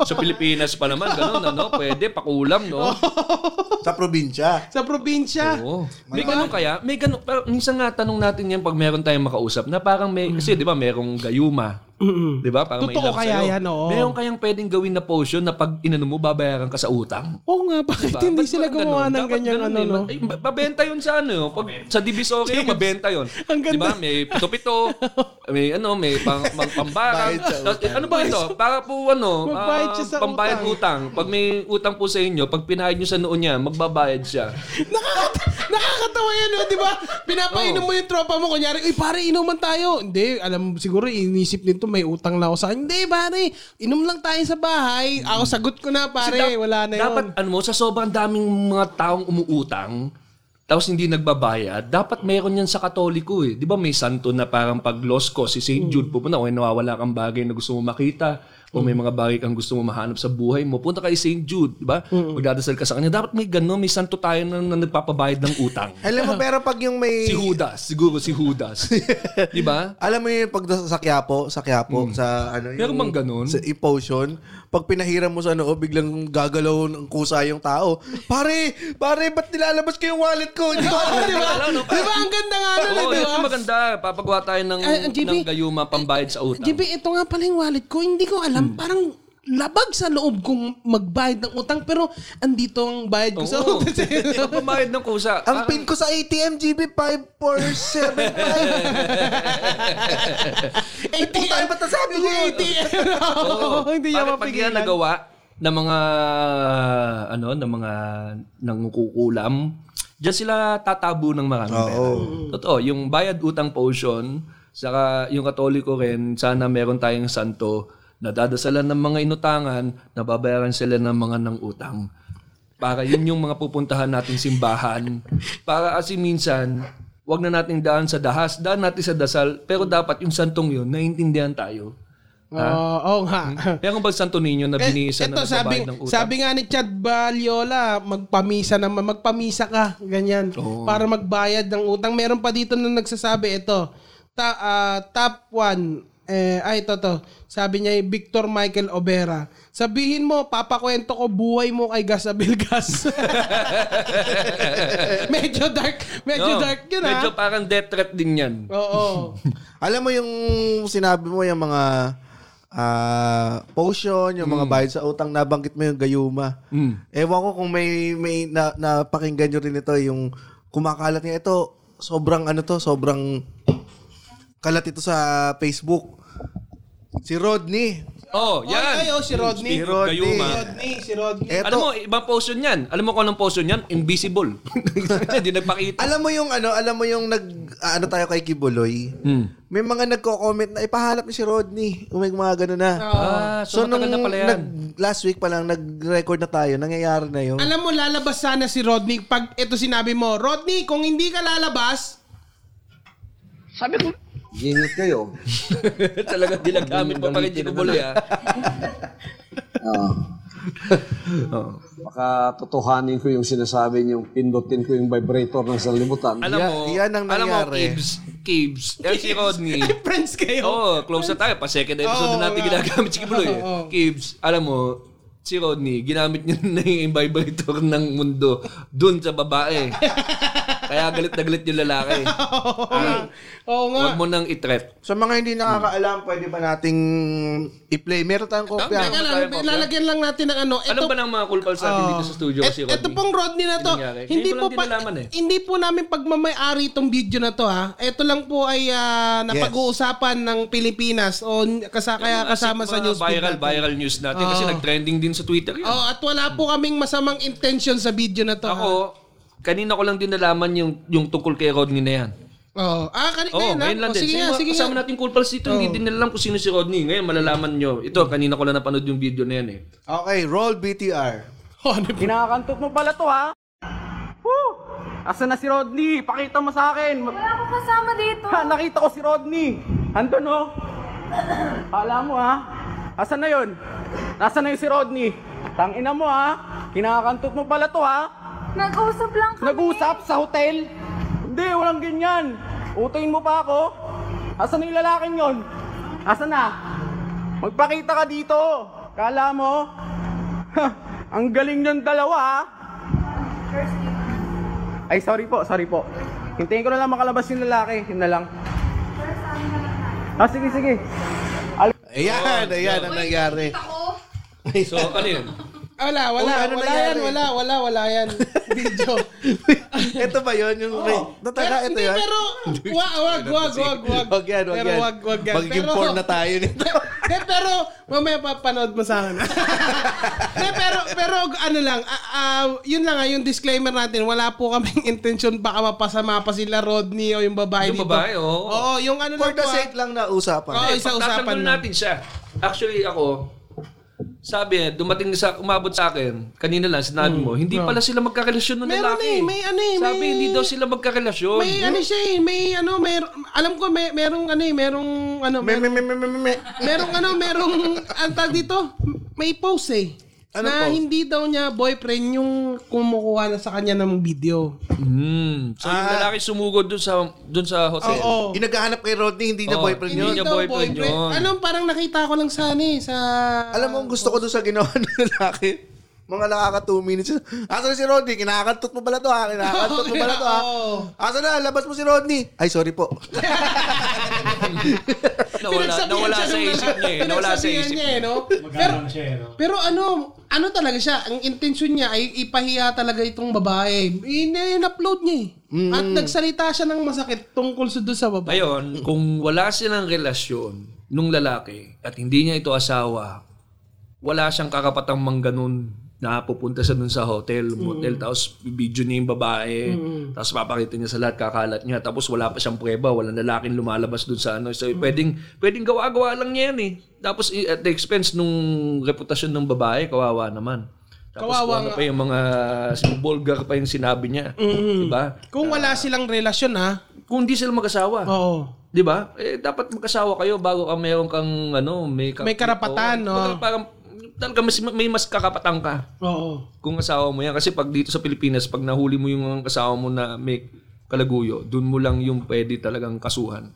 sa Pilipinas pa naman, ganun, ano? Pwede, pakulam, no?
sa probinsya.
sa probinsya.
Oo. May ganun kaya? May ganun. Pero minsan nga, tanong natin yan pag meron tayong makausap na parang may, kasi di ba, merong gayuma. Di ba? Parang may
Totoo
love
kaya
sa'yo.
yan, oo.
Meron kayang pwedeng gawin na potion na pag inano mo, babayaran ka sa utang.
Oo nga, bakit
Diba?
hindi
Ba't
sila
walang
gumawa
ganun?
ng
Dapat
ganyan
ganun
ano,
eh.
no?
Eh, ma- Mabenta yun sa ano. Pag, sa divisory, mabenta yun.
Ang
Di ba?
ganda.
May pito-pito. may ano, may pang, pang pambarang.
Bayad sa
Tapos, eh, ano ba ito? Para po ano,
Magbayad
ah,
siya sa
pambayad
utang.
utang. Pag may utang po sa inyo, pag pinahid nyo sa noon niya, magbabayad siya.
Nakakata- nakakatawa yan, no? di ba? Pinapainom mo yung tropa mo, kunyari, uy, pare, inuman tayo. Hindi, alam mo, siguro inisip nito, may utang na ako sa akin. Hindi, pare, inom lang tayo sa bahay. Ako, sagot ko na, pare,
Kasi dap-
wala na yun.
Dapat, ano mo, sa sobrang daming mga taong umuutang, tapos hindi nagbabayad, dapat meron yan sa katoliko eh. Di ba may santo na parang pag lost ko, si St.
Hmm.
Jude pupunta, o nawawala kang bagay na gusto mo makita, o
Hmm.
may mga bagay kang gusto mo mahanap sa buhay mo, punta kay St. Jude, di ba?
Hmm.
Magdadasal ka sa kanya. Dapat may gano'n, may santo tayo na, na nagpapabayad ng utang.
Alam mo, pero pag yung may...
si Judas, siguro si Judas. di ba?
Alam mo yun, pag sa Quiapo, sa Quiapo, sa ano
Hmm. Meron bang ganun?
Sa e-potion, pag pinahiram mo sa noo, biglang gagalaw ng kusa yung tao. Pare, pare, ba't nilalabas ko yung wallet ko? Hindi ko alam, di ba?
Ano,
Di ba, ang ganda nga nun, eh,
Oo,
di
ito
ba?
maganda. Papagawa tayo ng,
Ay, ang
ng
GB.
gayuma pambayad sa utang.
JB, ito nga pala yung wallet ko, hindi ko
Hmm.
alam, parang labag sa loob kong magbayad ng utang, pero andito ang bayad ko sa
Oo.
utang.
Pag bumayad ng kusa.
Ang pin ko sa ATM, GB, 5475.
ATM, ba't nasabi ko yun? ATM,
Oo.
hindi niya
Bakit pag yan
mapigilan.
nagawa ng mga ano ng mga nangukukulam diyan sila tatabo ng maraming pera. Totoo, yung bayad utang potion, saka yung katoliko rin, sana meron tayong santo na dadasalan ng mga inutangan, nababayaran sila ng mga nang utang. Para yun yung mga pupuntahan nating simbahan. Para kasi minsan, wag na nating daan sa dahas, daan natin sa dasal, pero dapat yung santong yun, naiintindihan tayo.
Oo, oo nga.
Kaya kung ba Santo Niño na binisa
Eh, Eto,
na
sabi,
nagbabayad ng utang?
sabi nga ni Chad Baliola, magpamisa naman, magpamisa ka, ganyan, para magbayad ng utang. Meron pa dito na nagsasabi, ito, Ta- ah, top 1. Eh, ay, ito to. Sabi niya, Victor Michael Obera. Sabihin mo, papakwento ko buhay mo kay Gas Abelgas. medyo dark. Medyo
No,
dark yun, ah. ha?
Medyo parang death threat din yan.
Oo.
Alam mo yung sinabi mo yung mga ah, potion, yung
Mm.
mga bayad sa utang, nabanggit mo yung gayuma. Ewan ko kung may, may na, napakinggan nyo rin ito, yung kumakalat niya ito, sobrang ano to, sobrang kalat ito sa Facebook. Si Rodney.
Oh, yan.
Ay, oh, si Rodney.
Si Rodney.
Gayuma.
Si Rodney, si Rodney.
Eto,
Alam mo, iba potion yan. Alam mo kung anong potion yan? Invisible. Hindi nagpakita.
Alam mo yung ano, alam mo yung nag ah, ano tayo kay Kibuloy.
Hmm.
May mga nagko-comment na ipahanap ni si Rodney. Umay mga gano'n na.
Ah, so, matagal na pala yan.
nag- last week pa lang nag-record na tayo, nangyayari na 'yun.
Alam mo, lalabas sana si Rodney pag ito sinabi mo, Rodney, kung hindi ka lalabas,
Gingit kayo.
Talaga ginagamit pa pa rin si Kubol ya.
Oo. Baka totohanin ko yung sinasabi niyong pindutin ko yung vibrator ng sanlibutan.
Alam
Yan-
mo,
yan ang
alam mo,
nangyari.
Kibbs, Kibbs, yan si Rodney.
friends kayo.
Oo, oh, close na tayo. Pa second episode
Oo,
na natin
nga.
ginagamit si Kibuloy. eh.
Oo.
Kibbs, alam mo, si Rodney, ginamit niya na yung vibrator ng mundo dun sa babae. Kaya galit na galit yung lalaki.
Oo nga. Oo nga.
Huwag mo nang i-threat.
Sa mga hindi nakakaalam, pwede ba nating i-play? Meron tayong
Teka
kopya.
tayo,
lang,
Bob,
lalagyan lang natin ng ano. Ito,
Alam ba ng mga kulpal sa atin dito sa studio
et-
si Rodney?
ito pong Rodney na to.
Yung nangyari.
Hindi
Ngayon ko
po
lang
pa,
dinalaman eh.
hindi po namin pagmamay-ari itong video na to ha. Ito lang po ay ah, napag-uusapan ng Pilipinas o n- kasa, kaya kasama sa
Mga
news feed
Viral,
natin.
viral news natin kasi nag-trending din sa Twitter yun.
Oh, at wala po kaming masamang intention sa video na to. ha?
Ako, kanina ko lang din nalaman yung, yung tungkol kay Rodney na yan.
Oh, ah, kanina oh,
Oo, ngayon lang din.
Sige nga, sige
kasama
nga. Oh.
natin cool pals dito. Hindi din nila alam kung sino si Rodney. Ngayon, malalaman nyo. Ito, kanina ko lang napanood yung video na yan eh.
Okay, roll BTR.
Kinakantog mo pala to ha? Woo! Asan na si Rodney? Pakita mo sa akin. Ma-
Wala akong kasama dito.
Ha, nakita ko si Rodney. Andun oh. Alam mo ha? Asan na yun? Nasaan na yung si Rodney? Tangina mo ha? Kinakantog mo pala to ha?
Nag-usap lang kami.
Nag-usap sa hotel? Hindi, walang ganyan. Utuin mo pa ako? Asan na yung lalaking yon? Asan na? Magpakita ka dito. Kala mo? Ha, ang galing ng dalawa ha? Ay, sorry po, sorry po. Hintayin ko na lang makalabas yung lalaki. Yun na lang. Ah, sige, sige.
Ayan, ayan ang nangyari.
Ako.
So, ano yun?
Wala, wala,
Oh, ano
wala
nangyari?
yan, wala, wala, wala yan. video.
ito ba 'yun yung oh,
Pero,
Nataka, ito
hindi,
'yun.
pero, wa, wag, wag, wag, wag.
Wag yan, wag
pero,
yan.
wag, wag yan.
Magiging porn na tayo nito.
De, pero, mamaya papanood mo sa akin. De, pero, pero ano lang, ah, ah, yun lang ah, yung disclaimer natin, wala po kaming intention baka mapasama pa sila Rodney o yung babae
Yung
dito.
babae, oo.
Oo, yung ano lang
For the
po, ah.
sake lang na usapan.
Oo, isa usapan
Tatanggol
lang.
natin siya. Actually, ako, sabi, dumating sa, umabot sa akin, kanina lang, sinabi mo, hindi pala sila magkarelasyon ng
Hmm. Meron
lalaki.
eh, may ano eh,
Sabi,
may-
hindi daw sila magkarelasyon.
May ano siya eh, may ano, may, alam ko may, merong ano eh, merong ano,
Me, me,
merong,
me, me, me, me.
merong ano, merong, ang tawag dito, may post eh.
Anong
na
post?
hindi daw niya boyfriend yung kumukuha na sa kanya ng video.
Hmm. So, yung lalaki sumugod dun sa, dun sa
Ah.
hotel.
Oo.
Inaghahanap kay Rodney, hindi niya
Oo,
boyfriend
hindi
yun.
niya
daw
boyfriend yun.
Anong parang nakita ko lang sana eh, sa...
Alam mo, ang gusto ko doon sa ginawa ng lalaki, mga nakaka 2 minutes. Asan na si Rodney? Kinakantot mo pala to ha? Kinakantot mo pala to ha?
Oo.
Asan na? Labas mo si Rodney. Ay, sorry po.
Nawala,
Pinagsabihan
nawala
siya
sa
nung-
isip niya eh. Nawala sa
Pinagsabihan
isip
niya
niya.
eh, no? Pero, pero ano, ano talaga siya, ang intensyon niya ay ipahiya talaga itong babae. In-upload niya eh.
Mm.
At nagsalita siya ng masakit tungkol sa doon sa babae.
Ngayon, kung wala silang relasyon nung lalaki at hindi niya ito asawa, wala siyang kakapatang mangganun na pupunta siya dun sa hotel, motel, tapos video niya yung babae, tapos papakita niya sa lahat, kakalat niya, tapos wala pa siyang prueba, walang lalaking lumalabas dun sa ano. So, pwedeng, pwedeng gawa-gawa lang niya yan eh. Tapos, i- at the expense nung reputasyon ng babae, kawawa naman. Tapos,
Kawawa
kung ano pa yung mga, vulgar pa yung sinabi niya. Diba?
Kung wala silang relasyon ha,
Kung hindi sila mag-asawa.
oo.
'Di ba? Eh dapat magkasawa kayo bago ka meron kang ano, may ka-
May karapatan, no?
Kumbaga, parang talaga mas, may mas kakapatan ka
Oo.
kung asawa mo yan kasi pag dito sa Pilipinas pag nahuli mo yung kasama mo na may kalaguyo, dun mo lang yung pwede talagang kasuhan.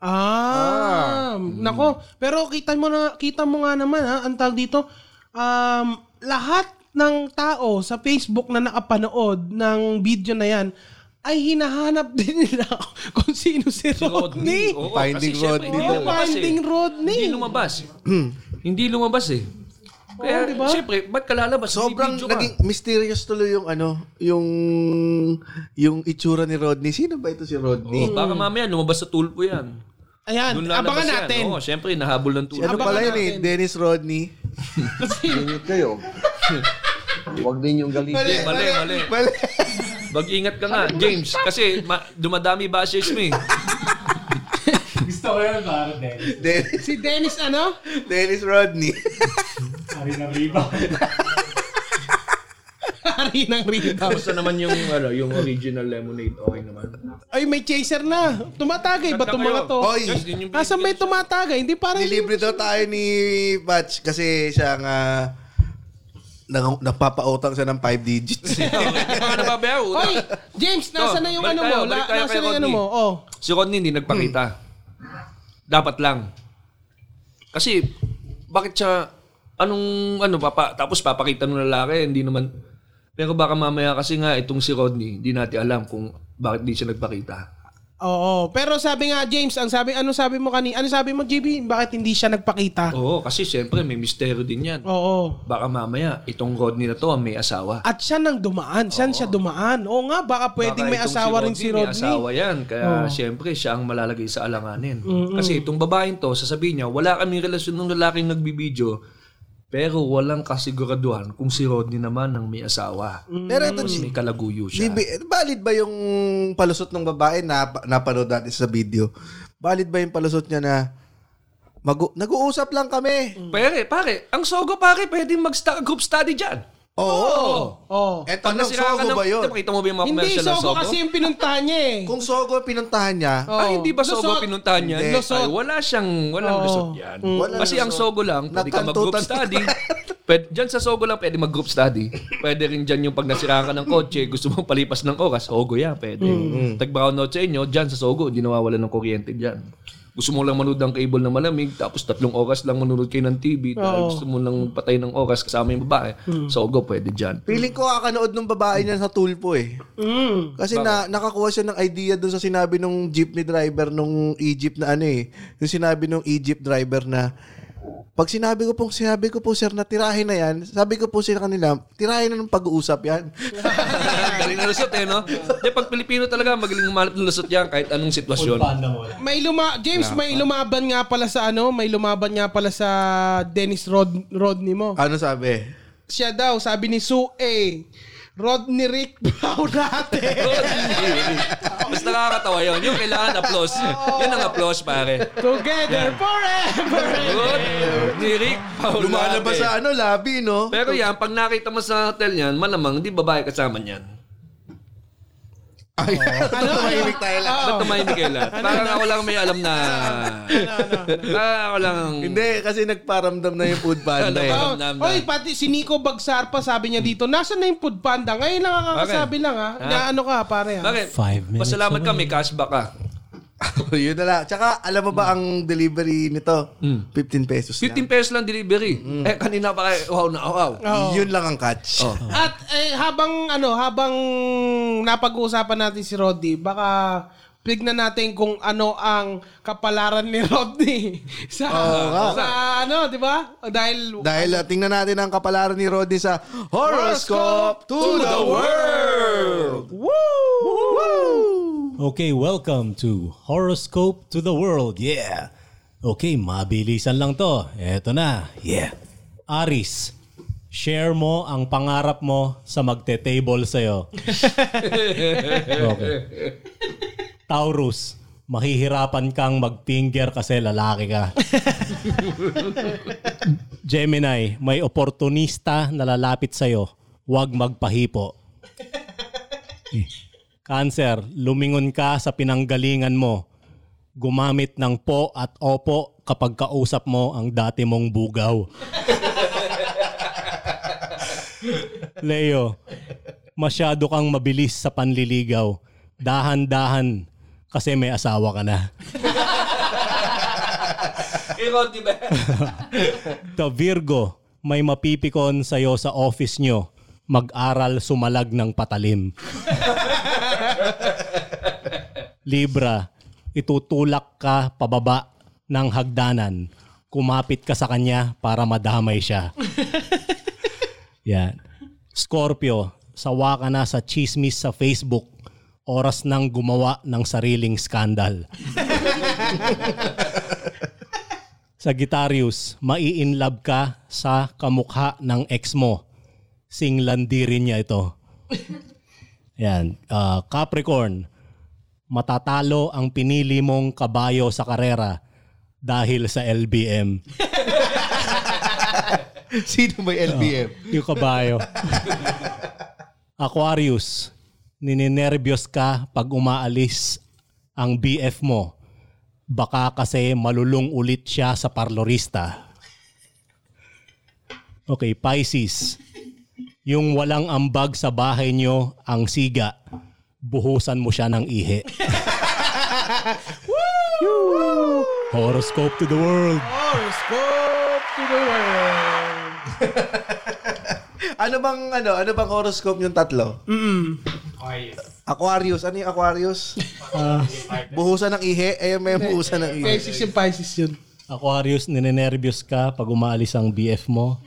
Ah, nako. Pero kita mo na kita mo nga naman ha, ang tawag dito, um, lahat ng tao sa Facebook na nakapanood ng video na 'yan ay hinahanap din nila kung sino si Rodney.
Oo,
Finding
kasi syempre,
Rodney
hindi
Oh,
lumabas eh.
finding Rodney.
Hindi lumabas. eh. hindi lumabas eh. Kaya,
di ba?
syempre, ba't ka lalabas?
Sobrang
Video ka.
naging mysterious tuloy yung ano, yung yung itsura ni Rodney. Sino ba ito si
Oh,
Rodney?
baka mamaya lumabas sa tulpo yan.
Ayan,
Doon lalabas
abangan
yan.
natin.
Oo, syempre, nahabol ng
Si
tulpo.
ano
Abangan
pala yun eh?
natin.
Dennis Rodney.
Ingat kayo. Huwag din yung galit.
mali, mali.
Mali.
Mag-ingat ka nga, James. Kasi ma- dumadami bashers mo eh.
Gusto ko yun para Dennis.
Dennis,
Si Dennis ano?
Dennis Rodney.
Sorry na riba.
Hari ng rebound.
Basta naman yung, ano, yung original lemonade, okay naman.
Ay, may chaser na. Tumatagay ba itong mga to?
Hoy,
Yes, yun yung
Asa may tumatagay? Hindi parang...
nilibre daw tayo ni Batch kasi siya nga nang, nagpapautang siya ng 5 digits.
Hindi ka nababayaw.
Hoy, James, nasa
Oh,
na yung ano
balik tayo,
mo?
balik
La,
tayo
nasa na
kay
yung ano
Rodney.
mo? Oh.
Si Rodney hindi nagpakita. Dapat lang. Kasi, bakit siya, anong, ano, papa, tapos papakita ng lalaki, hindi naman, pero baka mamaya kasi nga, itong si Rodney, hindi natin alam kung bakit di siya nagpakita.
Oo, pero sabi nga James, ang sabi ano sabi mo kanina? Ano sabi mo JB? Bakit hindi siya nagpakita?
Oo, kasi syempre, may misteryo din yan.
Oo.
Baka mamaya, itong Rodney na to, ang may asawa.
At siya nang dumaan, siya siya dumaan. Oo nga, baka pwedeng
Baka
may
itong
asawa rin si
May
Rodney.
asawa yan. Kaya syempre, siya ang malalagay sa alanganin. Kasi itong babaeng to, sasabihin niya, wala kaming relasyon ng lalaking nagbibideo, pero walang kasiguraduhan kung si Rodney naman ang may asawa.
Pero ito,
Tapos may kalaguyo siya.
Libi, valid ba yung palusot ng babae na napanood natin sa video? Valid ba yung palusot niya na mag- nag-uusap lang kami?
Pare, pare, ang sogo pare, pwedeng mag-group study dyan.
Oo.
Oo.
Eh, tanong, sogo ba yun?
Makita mo ba yung mga
Hindi
commercial ng
sogo
sogo?
kasi yung pinuntahan niya eh.
Kung sogo ang pinuntahan niya,
Oo.
Ah, hindi ba sogo
Lusot.
pinuntahan niya?
Hindi.
Ay, wala siyang, walang
Oo.
lusot yan.
Walang
Kasi ang
lusot.
sogo lang, pwede ka mag-group
Nagkantutan.
study. Pwede, dyan sa sogo lang, pwede mag-group study. Pwede rin dyan yung pag nasira ka ng kotse, gusto mong palipas ng oras, sogo yan, pwede. Tag-brownout sa inyo, dyan sa sogo, hindi nawawala ng kuryente dyan. Gusto mo lang manood ng cable na malamig, tapos tatlong oras lang manood kayo ng TV,
Oo.
dahil gusto mo lang patay ng oras kasama yung babae, sogo, pwede dyan.
Feeling ko kakanood nung babae niya sa tulpo eh.
Mm.
Kasi na, nakakuha siya ng idea dun sa sinabi nung jeepney driver nung Egypt na ano eh. Yung sinabi nung Egypt driver na pag sinabi ko pong sinabi ko po sir na tirahin na yan, sabi ko po sila kanila, tirahin na ng pag-uusap yan.
Galing na lusot eh, no? Kaya pag Pilipino talaga, magaling humanap ng lusot yan kahit anong sitwasyon.
May luma James, may lumaban nga pala sa ano, may lumaban nga pala sa Dennis Rod Rodney mo.
ano sabi?
Siya daw sabi ni Sue, Rodney Rick Brown dati.
Mas nakakatawa yun. Yung kailangan applause. Yan ang applause, pare.
Together forever.
Good. Ni Rick Paulate.
Lumalabas sa ano, Oh, labi, no?
Pero yan, pag nakita mo sa hotel yan, malamang di babae kasama niyan.
Ay,
Ano?
tumahimik tayo lang.
Ba't tumahimik kayo lahat? Parang ako lang may alam na... Parang ako lang...
Hindi, kasi nagparamdam na yung food panda eh.
Oh,
Ano ba? Nam- nam-
oy, pati si Nico Bagsar pa sabi niya dito, nasa na yung food panda? Ngayon lang nakakasabi lang ha. Na ano ka pare ha.
Bakit?
Five minutes
Pasalamat
away.
ka, may cashback ka.
Yun na lang. Tsaka, alam mo ba ang delivery nito? 15 pesos
15
lang.
pesos lang delivery.
Mm.
Eh, kanina pa kayo, wow na wow.
Oo.
Yun lang ang catch.
At eh, habang ano, habang napag-uusapan natin si Roddy, baka tignan natin kung ano ang kapalaran ni Rodney sa, sa ano, di ba? Dahil
Dahil uh, tingnan natin ang kapalaran ni Rodney sa Horoscope to the World!
Okay, welcome to Horoscope to the World. Yeah. Okay, mabilisan lang to. Eto na. Yeah. Aris, share mo ang pangarap mo sa magte-table sa'yo. okay. Taurus, mahihirapan kang mag-finger kasi lalaki ka. Gemini, may oportunista na lalapit sa'yo. Huwag magpahipo. Cancer, lumingon ka sa pinanggalingan mo. Gumamit ng po at opo kapag kausap mo ang dati mong bugaw. Leo, masyado kang mabilis sa panliligaw. Dahan-dahan kasi may asawa ka na.
Iron, di ba?
The Virgo, may mapipikon sa'yo sa office nyo. Mag-aral sumalag ng patalim. Libra, itutulak ka pababa ng hagdanan. Kumapit ka sa kanya para madamay siya. Yan. Scorpio, sawa ka na sa chismis sa Facebook. Oras nang gumawa ng sariling skandal. Sagittarius, mai-inlove ka sa kamukha ng ex mo. Singlandi rin niya ito. Yan. Ah, Capricorn, matatalo ang pinili mong kabayo sa karera dahil sa LBM.
Sino may LBM?
Yung kabayo. Aquarius, nininervyos ka pag umaalis ang BF mo. Baka kasi malulong ulit siya sa parlorista. Okay, Pisces. Yung walang ambag sa bahay nyo, ang siga. Buhusan mo siya ng ihi. Woo! Horoscope to the world.
Horoscope to the world.
Ano bang ano, ano bang horoscope yung tatlo? Aquarius. Ano yung Aquarius? buhusan ng ihi. Ayun, may buhusan ng ihi.
Pisces yung Pisces yun.
Aquarius, ninenervyos ka pag umaalis ang BF mo.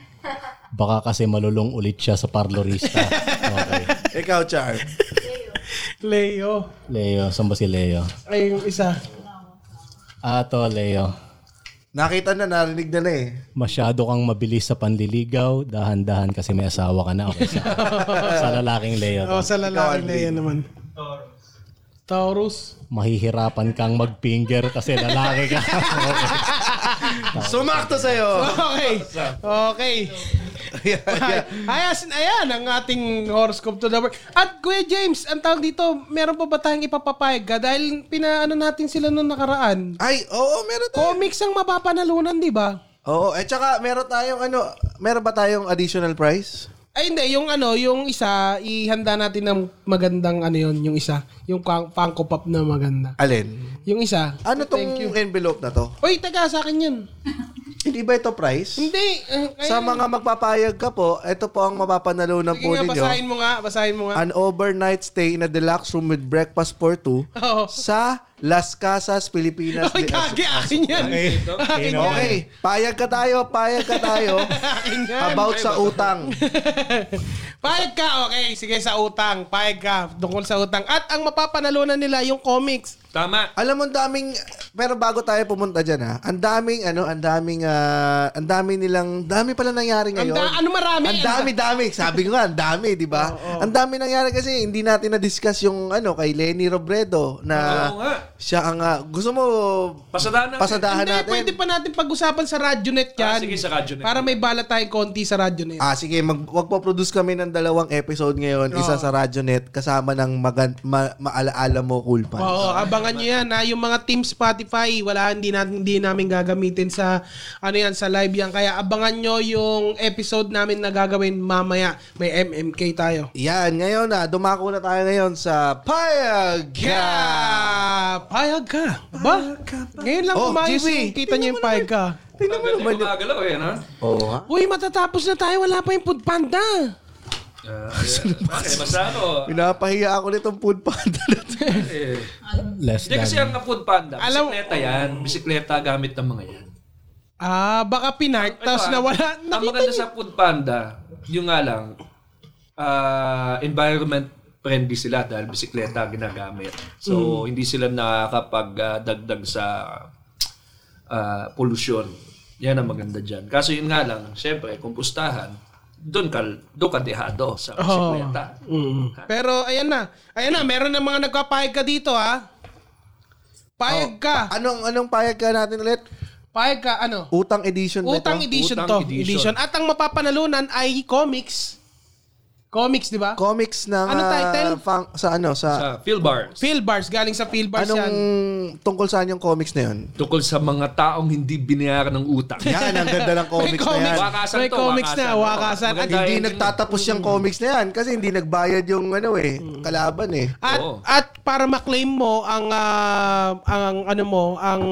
Baka kasi malulong ulit siya sa parlorista. Okay.
Ikaw, Char.
Leo.
Leo, saan ba si Leo?
Ay, yung isa.
Ato, Leo.
Nakita na, narinig na na eh.
Masyado kang mabilis sa panliligaw. Dahan-dahan kasi may asawa ka na. Okay, sa, sa lalaking
O,
Leo. to.
Oh, sa lalaki Leo naman. Taurus.
Mahihirapan kang mag-finger kasi lalaki ka.
Sumakto sa'yo!
Okay. Okay. Ay- Ayan, ayan ang ating horoscope to the world. At Kuya James, ang tawag dito, meron pa ba tayong ipapapayag ka? Dahil pinaano natin sila nung nakaraan.
Ay, oo, meron tayo.
Comics ang mapapanalunan, di ba?
Oo, eh tsaka meron tayong ano, meron ba tayong additional price?
Ay hindi, yung ano, yung isa, ihanda natin ng magandang ano yun, yung isa. Yung pang- Funko Pop na maganda.
Alin?
Yung isa.
Ano tong envelope na to?
Uy, taga sa akin yun.
Hindi ba ito price?
Hindi. eh, ayun.
Sa mga magpapayag ka po, ito po ang mapapanalunan
Sige
po
nga,
ninyo.
basahin mo nga, basahin mo nga.
An overnight stay in a deluxe room with breakfast for two
Oo.
sa Las Casas, Pilipinas.
Ay, kagi, akin yan. Akin yan.
Okay, payag ka tayo, payag ka tayo. About sa utang.
Payag ka, okay. Sige, sa utang. Payag ka, tungkol sa utang. At ang mapapanalunan nila, yung comics.
Tama.
Alam mo ang daming pero bago tayo pumunta diyan ha. Ang daming ano, ang daming ah, ang dami nilang dami pala nangyari
Ang
ngayon.
da- ano marami?
Ang dami, dami. Sabi ko nga, ang dami, di ba? Ang dami nangyari kasi hindi natin na-discuss yung ano kay Lenny Robredo na
Oo nga.
siya ang ah, gusto mo
Pasadahan natin.
pasadahan
Hindi,
natin.
pwede pa natin pag-usapan sa Radyonet yan.
Ah, sige, sa Radyonet.
Para may bala tayong konti sa Radyonet.
Ah, sige, mag magpo-produce kami ng dalawang episode ngayon, isa sa Radionet kasama ng magan, ma, maalaala mo cool pa.
Oo, abangan nyo yan. Ha? Yung mga Team Spotify, wala, hindi, natin, hindi namin gagamitin sa, ano yan, sa live yan. Kaya abangan nyo yung episode namin na gagawin mamaya. May MMK tayo.
Yan, ngayon na, dumako na tayo ngayon sa Payag
Yeah! Payag ka. Ba? Ngayon lang
Oh,
kumayos
GB.
yung kita niya yung payag ka.
Tingnan mo naman yun.
Gumagalaw eh, no?
Oo ha?
Uy, matatapos na tayo. Wala pa yung food panda.
Ah, bakit? Basta ano?
Pinapahiya ako nitong food panda na to.
Eh.
Less
Hindi kasi
than.
ang food panda,
Alam-
bisikleta yan. Bisikleta gamit ng mga yan.
Ah, baka pinark, tapos
Ito, ah,
nawala.
Ang
Nakita
maganda
niyo.
sa food panda, yung nga lang, ah, environment friendly sila dahil bisikleta ginagamit. So,
Hmm.
hindi sila nakakapagdagdag sa ah, pollution. Yan ang maganda dyan. Kaso yun nga lang, syempre, kung pustahan, doon ka, doon ka dehado sa bisikleta.
Hmm. Pero ayan na. Ayan na, meron na mga nagpapayag ka dito, ha? Payag ka.
Anong, anong payag ka natin ulit?
Payag ka, ano?
Utang edition ba ito?
Utang edition
Utang
to. Edition.
edition.
At ang mapapanalunan ay comics. Comics, di ba?
Comics ng
Anong
ah,
title?
fang- sa ano sa,
Sa Phil Barnes.
Philbars, galing sa Philbars
anong
yan.
tungkol saan yung comics na yun?
Tukol sa mga taong hindi binayaran ng utang.
Yan, ang ganda ng
May
comics na yan.
comics.
Wakasan
May
to,
comics na,
wakasan.
wakasan. At,
Maganda
Hindi
Kaya-
nagtatapos yung comics na yan kasi hindi nagbayad yung ano eh, kalaban eh.
at,
Oo.
at para maklaim mo ang, ah, ang ano mo, ang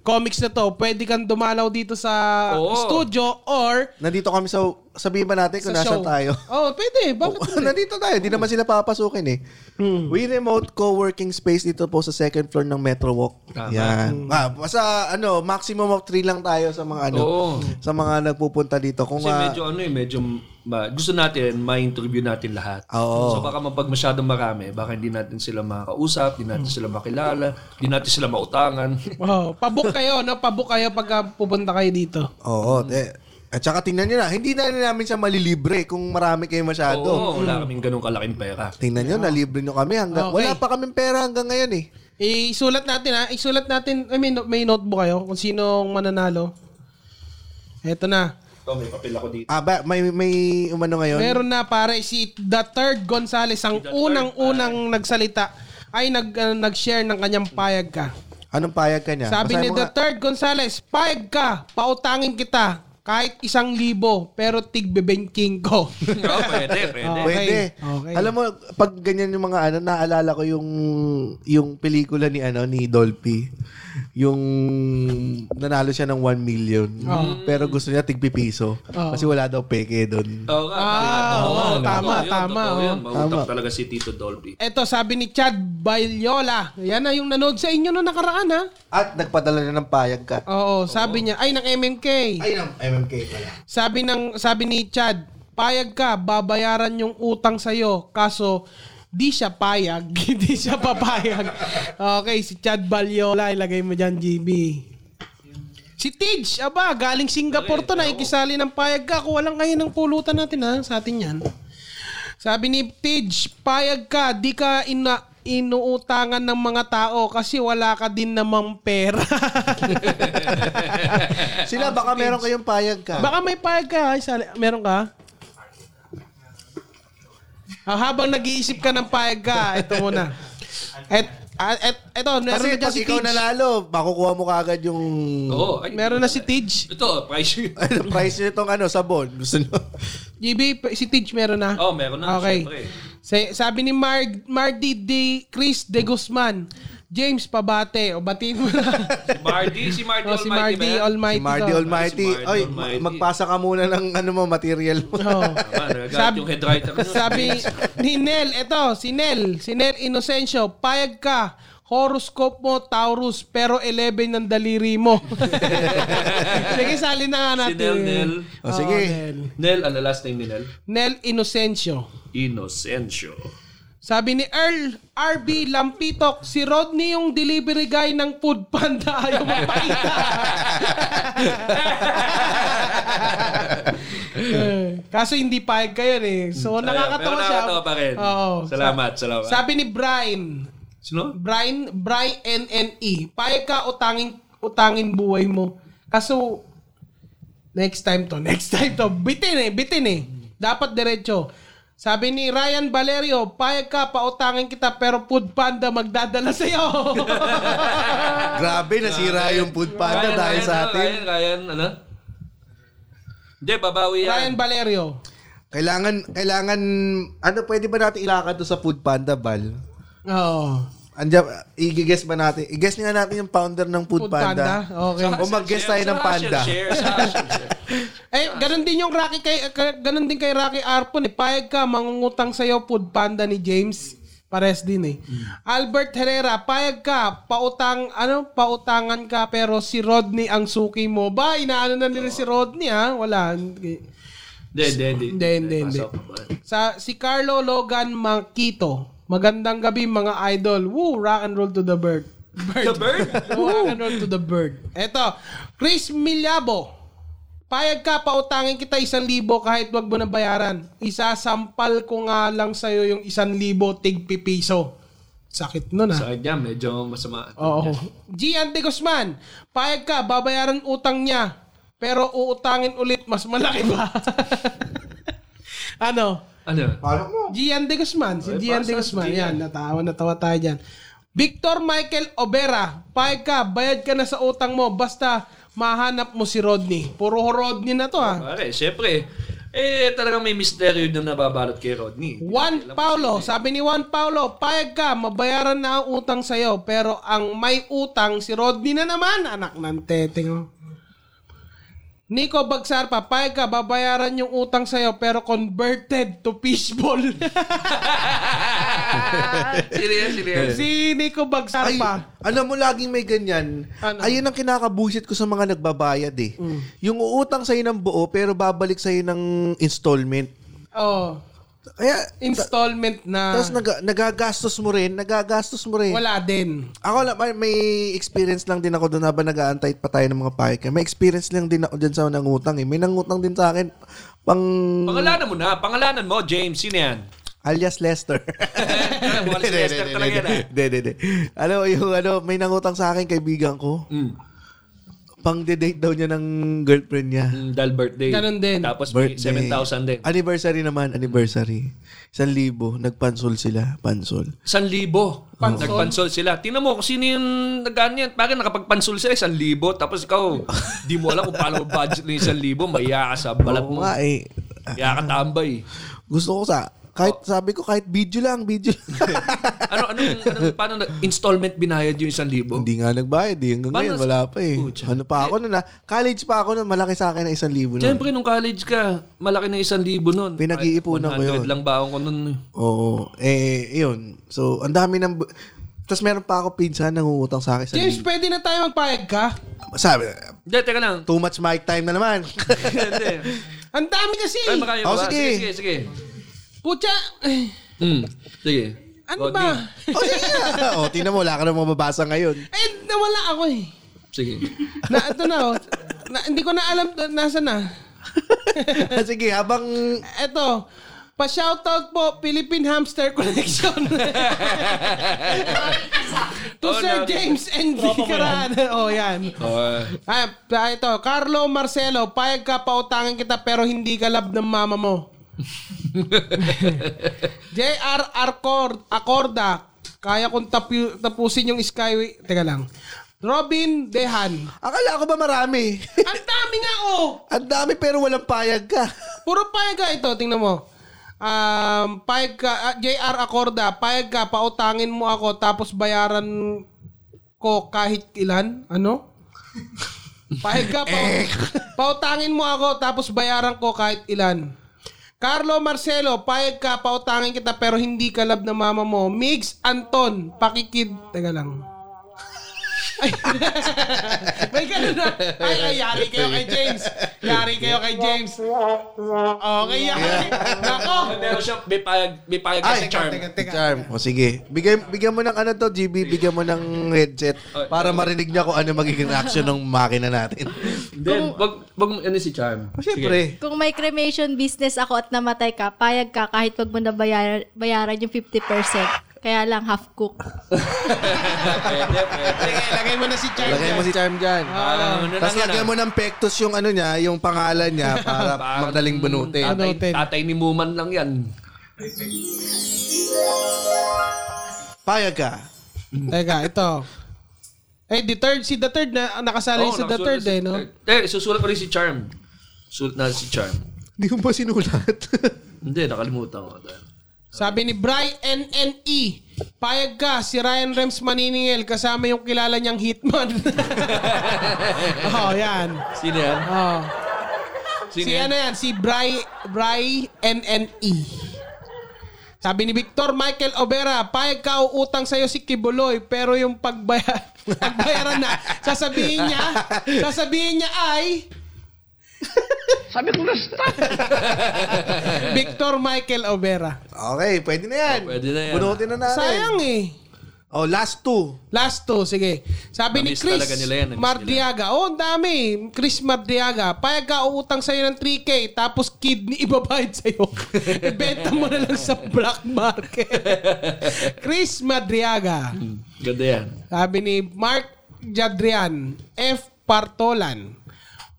comics na to, pwede kang dumalaw dito sa
Oo.
studio or
Nandito kami sa, sabihin ba natin kung
sa show.
nasaan tayo?
Oh, pwede. Bakit?
Oh, nandito tayo, hindi naman sila papasukin eh.
Hmm.
We remote co-working space dito po sa second floor ng Metro Walk.
Tama. Hmm.
Yan. Ah, basta ano, maximum of three lang tayo sa mga ano,
Oo.
sa mga nagpupunta dito. Kung
Kasi
ah,
medyo ano eh, medyo ma- gusto natin ma-interview natin lahat.
Oo.
So baka mapag masyadong marami, baka hindi natin sila makakausap, hindi natin sila makilala, hindi natin sila mautangan.
Oh, pabuk kayo, no? Pabuk kayo pagka pupunta kayo dito.
Oo,
Hmm.
te. At saka tingnan nyo na, hindi na namin siya malilibre kung marami kayo masyado.
Oo, wala kaming ganung kalaking pera.
Tingnan nyo, nalibre nyo kami hanggang,
Okay.
wala pa kaming pera hanggang ngayon eh.
Isulat natin ha. Isulat natin. I mean, may notebook kayo kung sinong mananalo. Eto na.
Ito, may papel ako dito.
Ah, ba, may, may umano ngayon?
Meron na pare si The Third Gonzales ang unang-unang nagsalita ay nag ah, nag-share ng kanyang payag ka.
Anong payag ka niya?
Sabi
Basahin
ni
mo
The
nga.
Third Gonzales, payag ka, pautangin kita kahit isang libo pero tigbebengking ko.
Oo, pwede, pwede.
Okay.
Pwede.
Okay.
Alam mo, pag ganyan yung mga ano, naalala ko yung yung pelikula ni ano ni Dolphy. Yung nanalo siya ng 1 million.
Ah.
Pero gusto niya tigpi piso. Kasi wala daw peke doon.
Oo nga.
Ah, oo, tama,
Totoo yun,
tama,
totoo yun.
oo.
Mautak talaga si Tito Dolby.
Eto sabi ni Chad Bayola. Yan na yung nanood sa inyo na nakaraan ha.
At nagpadala na ng payag ka.
Oo, sabi niya ay ng MMK.
Ay, ng MMK pala.
Sabi ng sabi ni Chad, payag ka, babayaran yung utang sa'yo. Kaso, di siya payag. di siya papayag. Okay, si Chad Balyola, ilagay mo dyan, GB. Si Tidge, aba, galing Singapore to na, ikisali ng payag ka. Kung walang kayo ng pulutan natin ha, sa atin yan. Sabi ni Tidge, payag ka, di ka ina inuutangan ng mga tao kasi wala ka din namang pera.
Sila, baka meron kayong payag ka.
Baka may payag ka. Ay, sali. Meron ka? Ah, habang nag-iisip ka ng payag ka, ito muna. Et, at, et, ito, meron
Kasi
na dyan
pag
si
ikaw
Tidge.
nanalo, makukuha mo kagad yung...
Oo. ay,
Mm. Meron na si Tidge.
Ito, price yun.
Ano, price nitong ano, sabon. Gusto nyo?
GB, si Tidge meron na.
Oo, Oh, meron na.
Okay.
syempre.
Sa- sabi ni Mar Mardi de Chris de Guzman, James Pabate, o batiin mo na.
Si Mardy, si Mardy
o, Oh, si
Almighty
Mardi
Si
man.
Almighty.
Marty
to.
Almighty.
Si Marty
Oy,
Almighty.
magpasa ka muna ng ano mo, material mo.
Oo.
Tama,
Sabi-
nagagamit Ah, yung head writer nun.
Sabi ni Nel, eto, si Nel, si Nel Inocencio, payag ka. Horoscope mo, Taurus, pero 11 ng daliri mo. Sige, sali na nga
Si
natin.
Nel, Nel.
O, sige.
Oo, Nel.
Nel, ano last name ni Nel?
Nel Inocencio.
Inocencio.
Sabi ni Earl RB Lampitok, si Rodney yung delivery guy ng food panda ayaw magpakita. Eh, Kaso hindi payag kayo eh. So nakakatawa siya.
pero Oh, nakakatawa pa rin.
Oo.
Salamat, salamat.
Sabi ni Brian,
Sino?
Brian, Brian NNE, payag ka utangin, utangin buhay mo. Kaso, next time to, next time to, bitin eh, bitin eh. Dapat diretso. Sabi ni Ryan Valerio, payag ka, pautangin kita, pero food panda magdadala sa'yo.
Grabe, nasira yung food panda dahil sa
Ryan,
atin.
Ryan, ano? Hindi, babawi
Ryan
yan.
Valerio.
Kailangan, kailangan, ano pwede ba natin ilakad to sa food panda, Bal?
Oo.
Andiyan, i-guess ba natin? I-guess nga natin yung founder ng food,
Food panda.
panda.
Okay.
O mag-guess tayo ng panda.
Share, share.
Eh, ganun din yung Rocky kay, ka- ganun din kay Rocky Arpon eh. Payag ka, mangungutang sa'yo, food panda ni James. Pares din eh. Albert Herrera, payag ka, pautang, ano, pautangan ka, pero si Rodney ang suki mo. Ba, inaano na nila si Rodney ha? Wala. Hindi.
Hindi, hindi, hindi.
Hindi, hindi, hindi.
Pasok pa.
Sa, si Carlo Logan Makito, magandang gabi mga idol. Woo, rock and roll to the bird.
The bird?
Rock and roll to the bird. Eto, Chris Milyabo. Payag ka, pautangin kita isang libo kahit wag mo na bayaran. Isasampal ko nga lang sa'yo yung isang libo tigpipiso. Sakit nun ah.
Sa kanya, medyo masama.
Oo. G. Ante Guzman, payag ka, babayaran utang niya. Pero uutangin ulit, mas malaki pa. ano?
Ano?
Parang mo.
Gian de Guzman. Si Gian de Guzman. Yan, natawa, natawa tayo dyan. Victor Michael Obera. Payag ka, bayad ka na sa utang mo. Basta mahanap mo si Rodney. Puro Rodney na to ha.
Pare, syempre. Eh, talagang may misteryo na nababalot kay Rodney.
Juan Paulo, sabi ni Juan Paulo, payag ka, mabayaran na ang utang sa'yo, pero ang may utang, si Rodney na naman, anak ng teteng. oh. Nico Bagsar pa, payag ka, babayaran yung utang sa'yo, pero converted to fishball.
Serious, serious.
si Nico Bagsar
Ay,
pa.
alam mo, laging may ganyan.
Ano? Mm.
Ayun ang kinakabusit ko sa mga nagbabayad eh. Yung uutang sa'yo ng buo, pero babalik sa'yo ng installment.
Oh,
Kaya,
installment na
tapos naga- nagagastos mo rin, nagagastos mo rin.
wala din.
Ako lang, may, may experience lang din ako doon habang nag-aantay pa tayo ng mga pahika. May experience lang din ako dyan sa nangutang eh. May nangutang din sa akin pang
Pangalanan mo na. Pangalanan mo, James. Sino yan?
alias Lester.
Walang si Lester talaga yan, ah.
Hindi, hindi, hindi. Alam mo, yung ano, may nangutang sa akin kaibigan ko.
Mm.
Pang date daw niya ng girlfriend niya.
Mm, dahil birthday.
Ganun din.
Tapos may
Birthday.
7,000 din.
Anniversary naman, anniversary. Isang libo, nagpansol sila, pansol.
1,000. Nagpansol sila. Tingnan mo kung sino yung nagano yan. Bakit nakapagpansol sila? 1,000. Tapos ikaw, di mo alam kung paano budget ng 1,000. Maya ka sa balat
Oo
mo.
nga eh.
Kaya ka tambay.
Gusto ko sa,
Oh.
kahit sabi ko, kahit video lang, video lang.
Ano, anong, anong, paano na, installment binayad yung 1,000?
Hindi nga nagbayad. Di hanggang
Paano
ngayon,
sa-
wala pa eh.
Pucha.
Ano pa ako nun ah. College pa ako nun. Malaki sa akin na isang libo nun.
Siyempre, nung college ka, malaki na 1,000 noon.
Pinag-iipunan ko yun.
100 lang baon ko noon.
Oo. Eh, yun. So, ang dami ng... Tapos meron pa ako pinsan na nangungutang sa akin sa
James, pwede na tayo magpayag ka?
Sabi,
Hindi, teka lang.
too much mic time na naman.
Hindi.
Ang dami kasi.
Ay, makaya
Oh,
ba?
sige.
Sige, sige, sige.
Putya, eh,
Mm, sige.
ano
Rodney.
ba?
o, sige nga. O, tingnan mo, wala ka na mababasa ngayon.
Eh, nawala ako eh.
Sige.
Na, ito na, oh. na hindi ko na alam to- nasa na.
Ah, sige, habang...
Ito, pa-shoutout po, Philippine Hamster Collection. to
Oh,
Sir
no.
James and V. Carana. Oh, yan.
Okay.
Ah, ah, ito, Carlo Marcelo, payag ka, pautangin kita pero hindi ka love ng mama mo. JR Arcord, Acorda, kaya kong tapu- tapusin yung Skyway. Teka lang. Robin Dehan.
Akala ko ba marami?
Ang dami nga oh!
ang dami pero walang payag ka.
Puro payag ka ito, tingnan mo. Um, payag ka, ah, JR Acorda, payag ka, pautangin mo ako, tapos bayaran ko kahit ilan. Ano? payag ka, pau- pautangin mo ako, tapos bayaran ko kahit ilan. Carlo Marcelo, payag ka, pautangin kita, pero hindi ka love na mama mo. Migs Anton, pakikid. Teka lang. Ay. May ganun na. Ay, ay, yari kayo kay James. Yari kayo kay James. Okay, yari. Nako.
Pero siya, may payag, may payag kasi charm.
Charm. O, sige. Bigay, bigyan mo ng ano to, GB. Bigyan mo ng headset para marinig niya kung ano magiging reaction ng makina natin.
Then, wag, wag, ano si charm?
O, syempre.
Kung may cremation business ako at namatay ka, payag ka kahit wag mo na bayaran, bayaran yung 50%. Kaya lang half cook.
Lagay mo na si Charles.
Lagay mo si Charm dyan.
Ah.
Parang, ano
Tapos lagyan mo ng pectus yung ano niya, yung pangalan niya para magdaling bunutin.
Ano,
Tatay,
ten?
tatay ni Muman lang yan.
Payag ka.
Teka, ito. Eh, the third, si the third na nakasali
Oo,
sa the
nakasulat
third
na si
eh, no?
third. Eh, susulat ko rin si Charm. Sulat na si Charm.
Hindi mo ba sinulat?
Hindi, nakalimutan ko.
Sabi ni Bry NNE, E, payag ka, si Ryan Rems maniningil kasama yung kilala niyang hitman. oh, yan.
Sino yan?
Oh.
Sino
si
yan?
ano yan? Si Bry, Bry NNE. E. Sabi ni Victor Michael Obera, payag ka utang sa'yo si Kibuloy, pero yung pagbaya, pagbayaran na, sasabihin niya, sasabihin niya ay... Sabi ko na Victor Michael Obera.
okay, pwede na yan.
Pwede na yan.
Bunutin na natin.
Sayang eh.
Oh, last two.
Last two, sige. Sabi ni
Namiss
Chris
talaga nila yan, eh, namiss
Mardiaga. Oh, ang dami. Chris Mardiaga. Payag ka uutang sa'yo ng 3K, tapos kidney ibabayad sa'yo. Ibenta mo na lang sa black market. Chris Madriaga.
Ganda yan.
Sabi ni Mark Jadrian F. Partolan.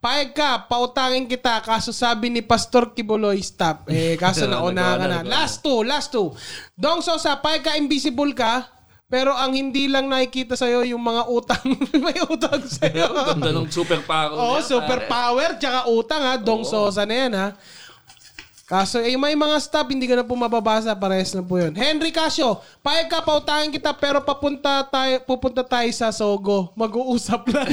Payag ka, pautangin kita, kaso sabi ni Pastor Kibuloy, stop. Eh, kaso nauna ka na. Last two, last two. Dong Sosa, payag ka, invisible ka, pero ang hindi lang nakikita sa'yo yung mga utang. May utang sa'yo.
Ganda ng super power.
Oo, super power, tsaka utang ha. Dong Sosa na yan ha. Kaso eh, may mga stop, hindi ka na po mababasa. Parehas na po yun. Henry Casio, payag ka, pautangin kita, pero papunta tayo, pupunta tayo sa Sogo. Mag-uusap lang.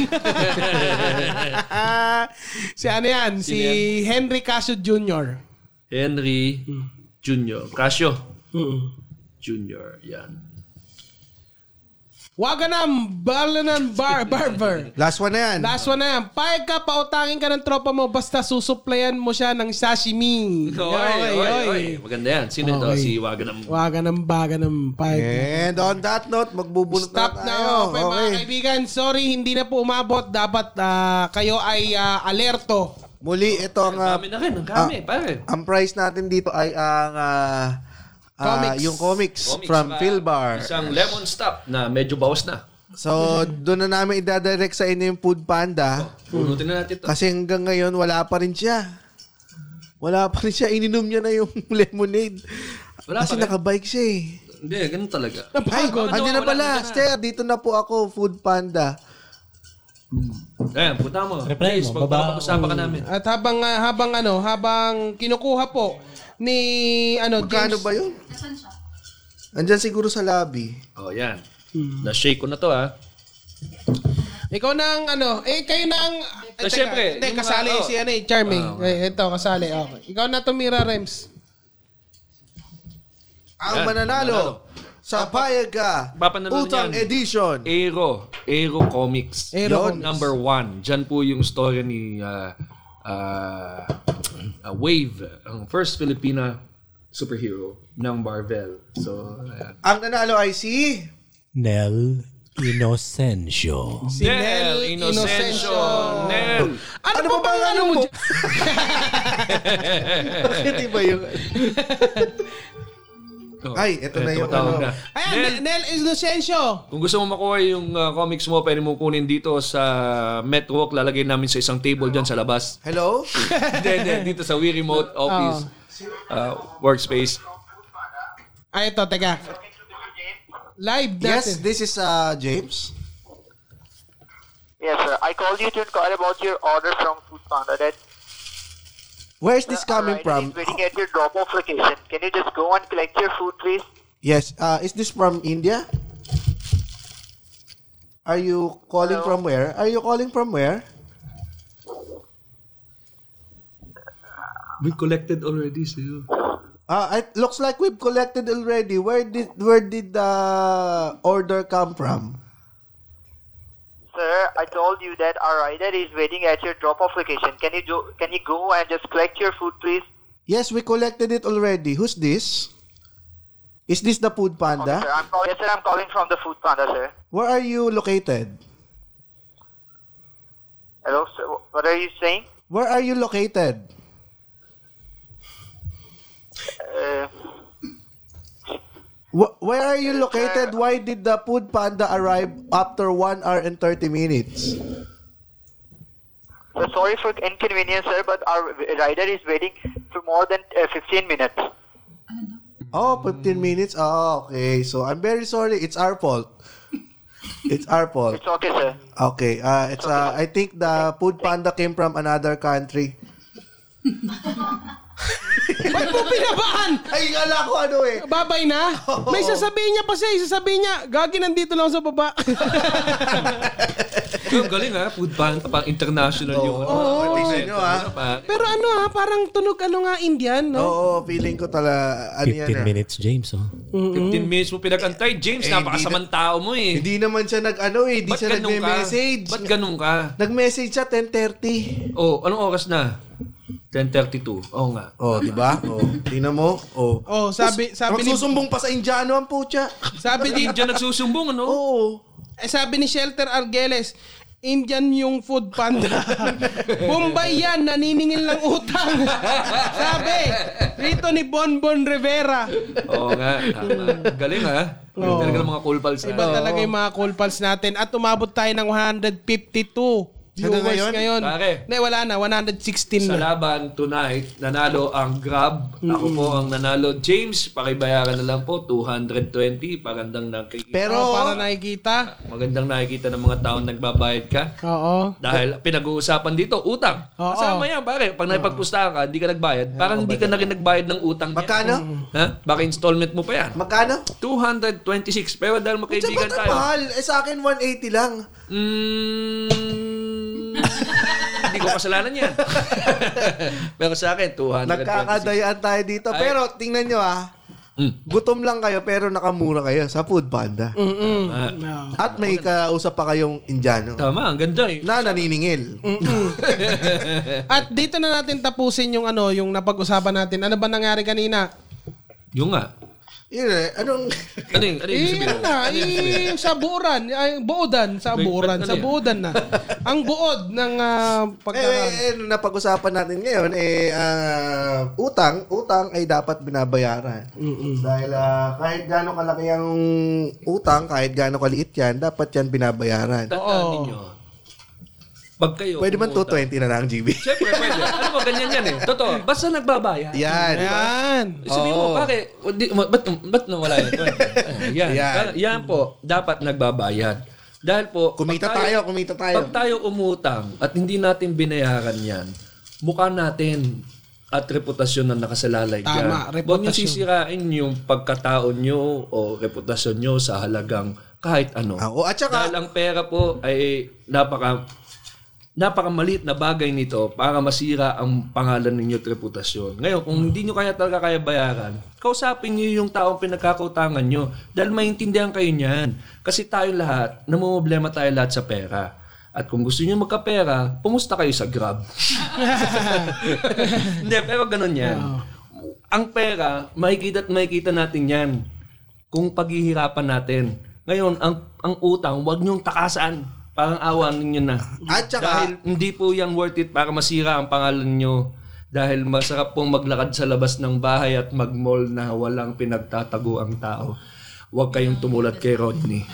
si ano yan? Si
Sino
Henry Casio Jr.
Henry Jr. Casio. Junior, yan.
Waganam, Balanan, Bar, Barber.
Last one na yan.
Last one na yan. Payag ka, pautangin ka ng tropa mo, basta susuplayan mo siya ng sashimi.
Oy, oy, oy, Maganda yan. Sino ito?
Okay.
Si Waganam.
Waganam, baganam, payag ka.
And on that note, magbubunot
Stop na
na tayo.
ako, okay. mga kaibigan. Sorry, hindi na po umabot. Dapat ah, kayo ay ah, alerto.
Muli, ito ang, ah,
Kami na rin. Ang kami, pare.
ang price natin dito ay ang... ah, ah,
Comics.
yung comics,
Comics
from
ba?
Philbar.
Isang lemon stop na medyo bawas na.
So, doon na namin idadirect sa inyo yung Food Panda.
Mm.
Punutin na natin ito.
Kasi hanggang ngayon, wala pa rin siya. Wala pa rin siya. Ininom niya na yung lemonade. Kasi
Wala pa rin.
nakabike siya eh.
Hindi, ganun talaga.
Ay,
Napagod.
andyan na
Wala,
pala.
andyan na.
Sir, dito na po ako, Food Panda.
Ayan, punta mo.
Reply
Please,
mo, baba-
pagpapag-usapan ka namin.
At habang ah, habang ano, habang kinukuha po ni ano
Magkano
James.
ba yun? Andyan siguro sa lobby.
Oh, yan.
Hmm.
Na-shake ko na to, ah. ha.
Ikaw na ang ano, eh kayo na ang eh,
Na
teka,
syempre,
Hindi,
yung mga-
kasali
oh.
si ano eh, Charming. Eh, ito kasali. Okay. Ikaw na tumira Rems.
Ang
Yan,
mananalo sa Payag Ka
Papanalo
Utang
niyan.
Edition.
Aero. Aero Comics.
Aero
Yun, Number one. Diyan po yung story ni ah, ah, ah, Wave, ang first Filipina superhero ng Marvel. So, ayan.
Ang nanalo ay si...
Nel Inocencio.
Si Nel Inocencio.
Nel!
Ano, pa ba ang ano mo? Jan-
Bakit iba yung...
Oh,
Ay, eto na
eh,
yung
tumatawag
ano.
na.
Ayan, Nel, Nel Inocencio.
Kung gusto mo makuha yung ah, comics mo, pwede mo kunin dito sa Metwalk. Lalagay namin sa isang table dyan sa labas.
Hello?
Hindi, hindi. Dito sa Wii Remote Office
Oh.
uh, Workspace.
Ay, Ah, ito, teka. Live
yes,
natin.
this is uh, James.
Yes, sir. I called you to inquire about your order from Food Panda. That uh,
Where is
Uh,
this coming
Alright,
from?
It's waiting at your drop-off location. Can you just go and collect your food, please?
Yes, uh, is this from India? Are you calling from where? Are you calling from where?
We collected already sa'yo.
Uh, it looks like we've collected already. Where did where did the order come from?
Sir, I told you that our rider is waiting at your drop-off location. Can you do, Can you go and just collect your food, please?
Yes, we collected it already. Who's this? Is this the food
Okay, sir.
panda?
I'm call- yes, sir. I'm calling from the Food Panda, sir.
Where are you located?
Hello, sir. Wh- What are you saying?
Where are you located?
Uh,
Wh- where are you located? Why did the food panda arrive after 1 hour and 30 minutes?
so sorry for inconvenience, sir, but our rider is waiting for more than uh, 15 minutes.
Oh, 15 minutes. Oh, okay. So I'm very sorry. It's our fault. It's our fault.
It's okay, sir.
Okay. Uh, it's uh, I think the food panda came from another country.
Ba't mo pinabaan?
Ay, ala ko ano eh.
Babay na? May sasabihin niya pa siya. eh. Sasabihin niya, Gagi, nandito lang sa baba.
Ang galing ha. Food bank. Pang international yung ano.
Oh, tingnan nyo ah.
pa-
Pero ano ha, parang tunog ano nga Indian, no?
Oo, feeling ko tala, ano yan
15
ah.
minutes, James. Oh.
15 minutes mo pinagantay. James,
Eh,
napakasamang tao mo eh.
Hindi naman siya nag, ano eh, hindi
Ba't
siya
ganun ka?
nagme-message.
Ba't ganun ka?
Nag-message siya 10.30.
Oh, anong oras na? 10.32. Oo nga.
Oh, di ba? Oh, tingnan mo. Oh.
Oh, sabi sabi ni
Magsusumbong pa sa Indiano ang putya.
sabi ni
Hindi dyan nagsusumbong, ano?
Oo.
eh, sabi ni Shelter Argeles, Indian yung food panda. Bombay yan, naniningil ng utang. sabi, rito ni Bonbon Rivera.
Oo nga. Tama. Ang Galing ha.
Oo.
Oh.
Yung Talaga ng mga cool pals na.
Iba talaga yung mga call pals natin. At umabot tayo ng 152. viewers
Hanggang ngayon?
ngayon.
Pare.
Hindi, wala na. 116
Sa
na.
laban tonight, nanalo ang Grab. Ako po ang nanalo. James, pakibayaran na lang po. 220. Pagandang nakikita.
Pero, para nakikita.
Magandang nakikita ng mga taong nagbabayad ka.
Oo.
Dahil pinag-uusapan dito, utang.
Oo.
Kasama yan, pare. Pag nakipagpustahan ka, hindi ka nagbayad. Parang hindi ka na rin nagbayad ng utang. Magkano? Ha? Baka installment mo pa yan.
Magkano?
226. Pero dahil
Ang
magkaibigan tayo. mm,
mahal. Eh, sa akin, 180 lang.
Hindi ko kasalanan yan. Pero sa akin, 226.
Nagkakadayaan tayo dito.
Ay.
Pero tingnan nyo ah.
Mm.
Gutom lang kayo pero nakamura kayo sa food panda.
Mm-mm.
Ah.
At may kausap pa kayong Indiano.
Tama, Mm. ang ganda eh.
Na naniningil.
At dito na natin tapusin yung ano, yung napag-usapan natin. Ano ba nangyari kanina?
Yung nga.
Yun eh, anong...
Ano yung, ano yung
Eh,
sabihin?
yun na, eh, sa buuran, ay, buodan, sa
Wait,
buuran,
ba't ano
sa
yan?
buodan na. Ang buod ng uh, pagkaraan.
Eh, eh, nung napag-usapan natin ngayon, eh, ah, utang, utang ay dapat binabayaran. Dahil ah, kahit gaano kalaki ang utang, kahit gaano kaliit yan, dapat yan binabayaran.
Tandaan ninyo. Pag kayo...
Pwede man
kumutang-
220 na lang, GB.
Siyempre, pwede. Ano ba, ganyan yan eh. Totoo. Basta nagbabayad.
Yan.
Yan.
Sabi
Oo.
mo, pare, o, di- ma- ba't, ba't nawala yun? Ayan. yan.
Yan.
Yan. yan po, dapat nagbabayad. Dahil po,
Kumita
pag
tayo, kumita tayo.
Pag tayo umutang at hindi natin binayaran yan, mukha natin at reputasyon na nakasalalay dyan.
Tama,
Huwag
reputasyon.
niyo sisirain yung pagkataon nyo o reputasyon nyo sa halagang kahit ano.
Oo, at saka-
Dahil ang pera po ay napaka napakamaliit na bagay nito para masira ang pangalan ninyo at reputasyon. Ngayon, kung hindi nyo kaya talaga kaya bayaran, kausapin nyo yung taong pinagkakautangan nyo dahil maintindihan kayo niyan. Kasi tayo lahat, namumblema tayo lahat sa pera. At kung gusto nyo magkapera, pumusta kayo sa Grab. hindi, pero ganun yan. Ang pera, makikita at makikita natin yan kung paghihirapan natin. Ngayon, ang ang utang, wag niyong takasan. Parang awa ninyo na.
At saka-
dahil hindi po yan worth it para masira ang pangalan nyo. Dahil masarap pong maglakad sa labas ng bahay at mag-mall na walang pinagtatago ang tao. Huwag kayong tumulat kay Rodney.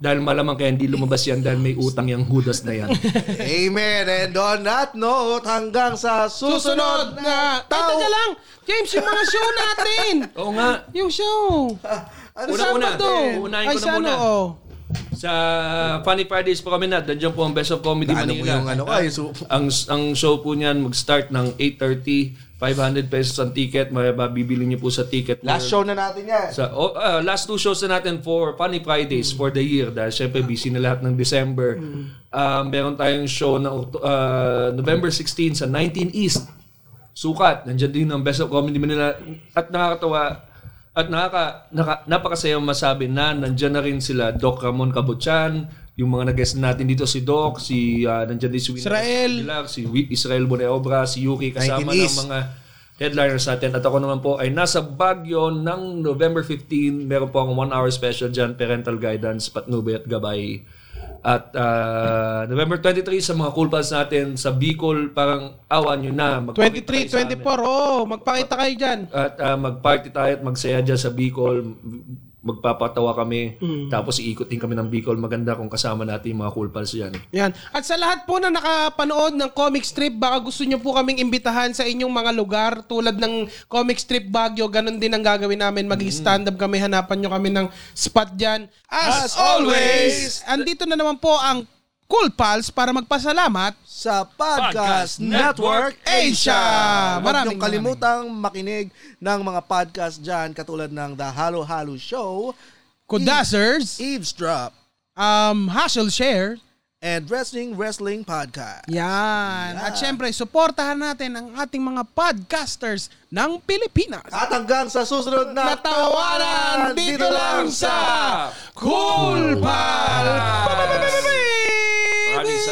Dahil malamang kaya hindi lumabas yan dahil may utang yung hudas na yan.
Amen. And on that note, hanggang sa
Susunod
susunod
na tao. Ay, teka lang. James, yung mga show natin.
Oo nga.
Yung show.
Ano
Una, una.
Sabado.
Uunahin
Ay,
ko na
sa
muna.
ano, oh.
Sa Funny Fridays po kami na, nandiyan po ang Best of Comedy
Ano mo
Manila.
yung ano ka? Yung su-
ang ang show po niyan mag-start ng 8:30, 500 pesos ang ticket, mabibili niyo po sa ticket.
Last show na natin yan.
Sa oh, ah, last two shows na natin for Funny Fridays for the year dahil syempre busy na lahat ng December. Um, meron tayong show na Oct- ah, November 16 sa 19 East. Sukat, nandiyan din ang Best of Comedy Manila at nakakatawa at nakaka, naka, napakasayang masabi na nandiyan na rin sila Doc Ramon Cabuchan, yung mga nag-guest natin dito si Doc, si ah, nandiyan din si Win
Israel.
Aguilar, si Wi- Israel Boneobra, si Yuki
19
kasama ng
East.
mga headliners natin. At ako naman po ay nasa Baguio ng November 15. Meron po akong one hour special dyan, Parental Guidance, Patnubay at Gabay. At ah, November 23 sa mga cool pals natin sa Bicol, parang awan nyo na. Magpakita kayo
23,
sa amin.
24, oh. Magpakita kayo dyan.
At ah, mag-party tayo at magsaya dyan sa Bicol. Magpapatawa kami. Tapos iikot din kami ng Bicol. Maganda kung kasama natin yung mga cool pals dyan.
Yan. At sa lahat po na nakapanood ng comic strip, baka gusto nyo po kaming imbitahan sa inyong mga lugar tulad ng comic strip Baguio, ganun din ang gagawin namin.
Mm-hmm.
Mag-stand up kami, hanapan nyo kami ng spot dyan. As,
As
always,
always,
andito na naman po ang Cool Pals para magpasalamat
sa Podcast Network Asia. Maraming Huwag niyong kalimutang makinig ng mga podcast dyan katulad ng The Halo Halo Show,
Kudasers,
Eavesdrop,
um, Hustle Share,
and Wrestling Wrestling Podcast.
Yan. At syempre, suportahan natin ang ating mga podcasters ng Pilipinas.
At hanggang sa susunod na
Natawanan dito lang sa Cool Pal!
Maraming